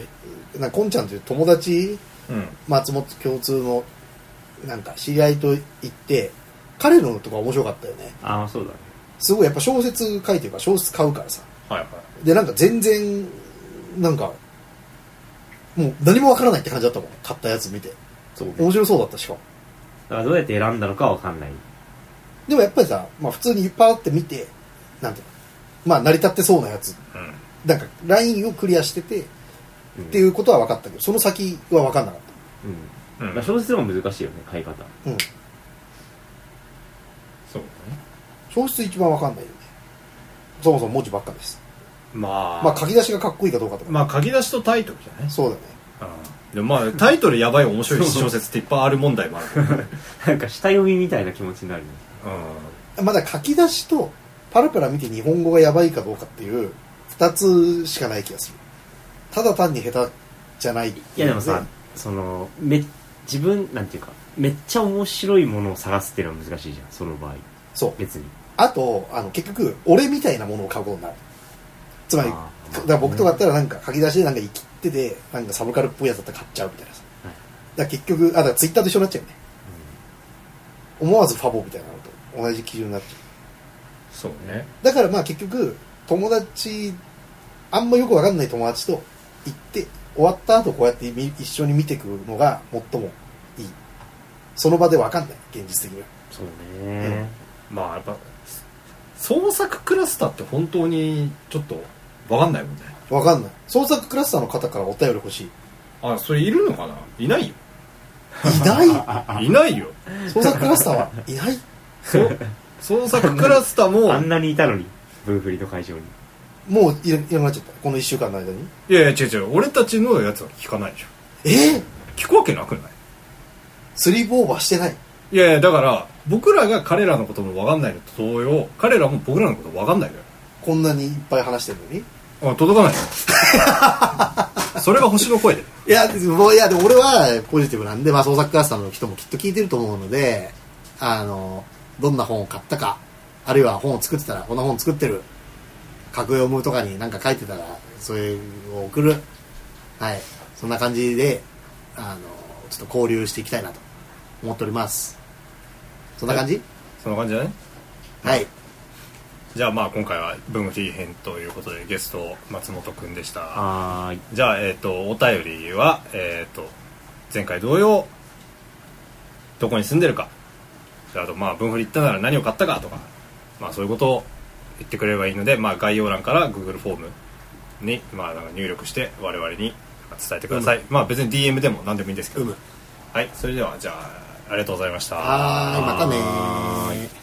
[SPEAKER 2] なんかこんちゃんという友達
[SPEAKER 1] うん
[SPEAKER 2] 松本共通のなんか知り合いと行って彼のとか面白かったよね
[SPEAKER 3] ああそうだね
[SPEAKER 2] すごいやっぱ小説書いてるから小説買うからさ
[SPEAKER 1] はいはい
[SPEAKER 2] でなんか全然なんかもう何もわからないって感じだったもん買ったやつ見て
[SPEAKER 3] そうねだ
[SPEAKER 2] 面白そうだったしかも
[SPEAKER 3] からどうやって選んだのかはわかんない
[SPEAKER 2] でもやっぱりさ、まあ、普通にパーって見てなんていうのまあ成り立ってそうなやつ
[SPEAKER 1] うん
[SPEAKER 2] なんかラインをクリアしててっていうことは分かったけどその先は分かんなかっ
[SPEAKER 3] うん、
[SPEAKER 1] うん
[SPEAKER 3] うんまあ、小説でも難しいよね買い方
[SPEAKER 2] たうん
[SPEAKER 1] そうね
[SPEAKER 2] 小説一番分かんないよねそもそも文字ばっかです
[SPEAKER 1] まあ、
[SPEAKER 2] まあ書き出しがかっこいいかどうかとか、
[SPEAKER 1] まあ書き出しとタイトルじゃない
[SPEAKER 2] そうだね
[SPEAKER 1] うんでもまあタイトルやばい面白い小説っていっぱいある問題もあるから
[SPEAKER 3] なんか下読みみたいな気持ちになるね
[SPEAKER 2] まだ書き出しとパラパラ見て日本語がやばいかどうかっていう2つしかない気がするただ単に下手じゃないってうね
[SPEAKER 3] いやでもさ、そのめ自分なんていうかめっちゃ面白いものを探すっていうのは難しいじゃんその場合
[SPEAKER 2] そう
[SPEAKER 3] 別に
[SPEAKER 2] あとあの結局俺みたいなものを買うことになるつまり
[SPEAKER 3] あー
[SPEAKER 2] だから僕とかだったらなんか書き出しでなんか生きっててなんかサブカルっぽいやつだったら買っちゃうみたいなさ、
[SPEAKER 3] はい
[SPEAKER 2] だから結局あだからツイッターと一緒になっちゃうよね思わずファボみたいなのと同じ基準になっちゃ
[SPEAKER 1] そうね
[SPEAKER 2] うだからまあ結局友達あんまよくわかんない友達と行って終わった後こうやってみ一緒に見ていくのが最もいいその場でわかんない現実的には
[SPEAKER 3] そうね、
[SPEAKER 1] まあやっぱ創作クラスターって本当にちょっとわかんないもんね
[SPEAKER 2] わかんない創作クラスターの方からお便り欲しい
[SPEAKER 1] あそれいるのかないないよ
[SPEAKER 2] いない
[SPEAKER 1] いないよ
[SPEAKER 2] 創作クラスターはいない
[SPEAKER 1] そ 創作クラスター も
[SPEAKER 3] あんなにいたのにブーフリの会場に
[SPEAKER 2] もういらいなくなっちゃったこの1週間の間に
[SPEAKER 1] いやいや違う違う俺たちのやつは聞かないでしょ
[SPEAKER 2] えっ、
[SPEAKER 1] 聞くわけなくない
[SPEAKER 2] スリープオーバーしてない
[SPEAKER 1] いやいやだから僕らが彼らのこともわかんないのと同様彼らも僕らのことわかんないのよ
[SPEAKER 2] こんなにいっぱい話してるのに
[SPEAKER 1] あ届かないよそれが星の声で
[SPEAKER 2] いや、もういや、でも俺はポジティブなんで、まあ創作クラスターの人もきっと聞いてると思うので、あの、どんな本を買ったか、あるいは本を作ってたら、こんな本作ってる、格読むとかになんか書いてたら、それを送る。はい。そんな感じで、あの、ちょっと交流していきたいなと思っております。そんな感じ
[SPEAKER 1] そんな感じだね
[SPEAKER 2] はい。
[SPEAKER 1] じゃあまあ今回は文具 T 編ということでゲスト松本くんでした
[SPEAKER 3] あー
[SPEAKER 1] じゃあえっ、とお便りはえっ、と前回同様どこに住んでるかあとまあ文振り行ったなら何を買ったかとかまあそういうことを言ってくれればいいのでまあ概要欄から Google フォームにまあなんか入力して我々に伝えてください、まあ別に DM でも何でもいいんですけど、
[SPEAKER 2] うむ
[SPEAKER 1] はいそれではじゃあありがとうございました
[SPEAKER 2] はーい、またねー。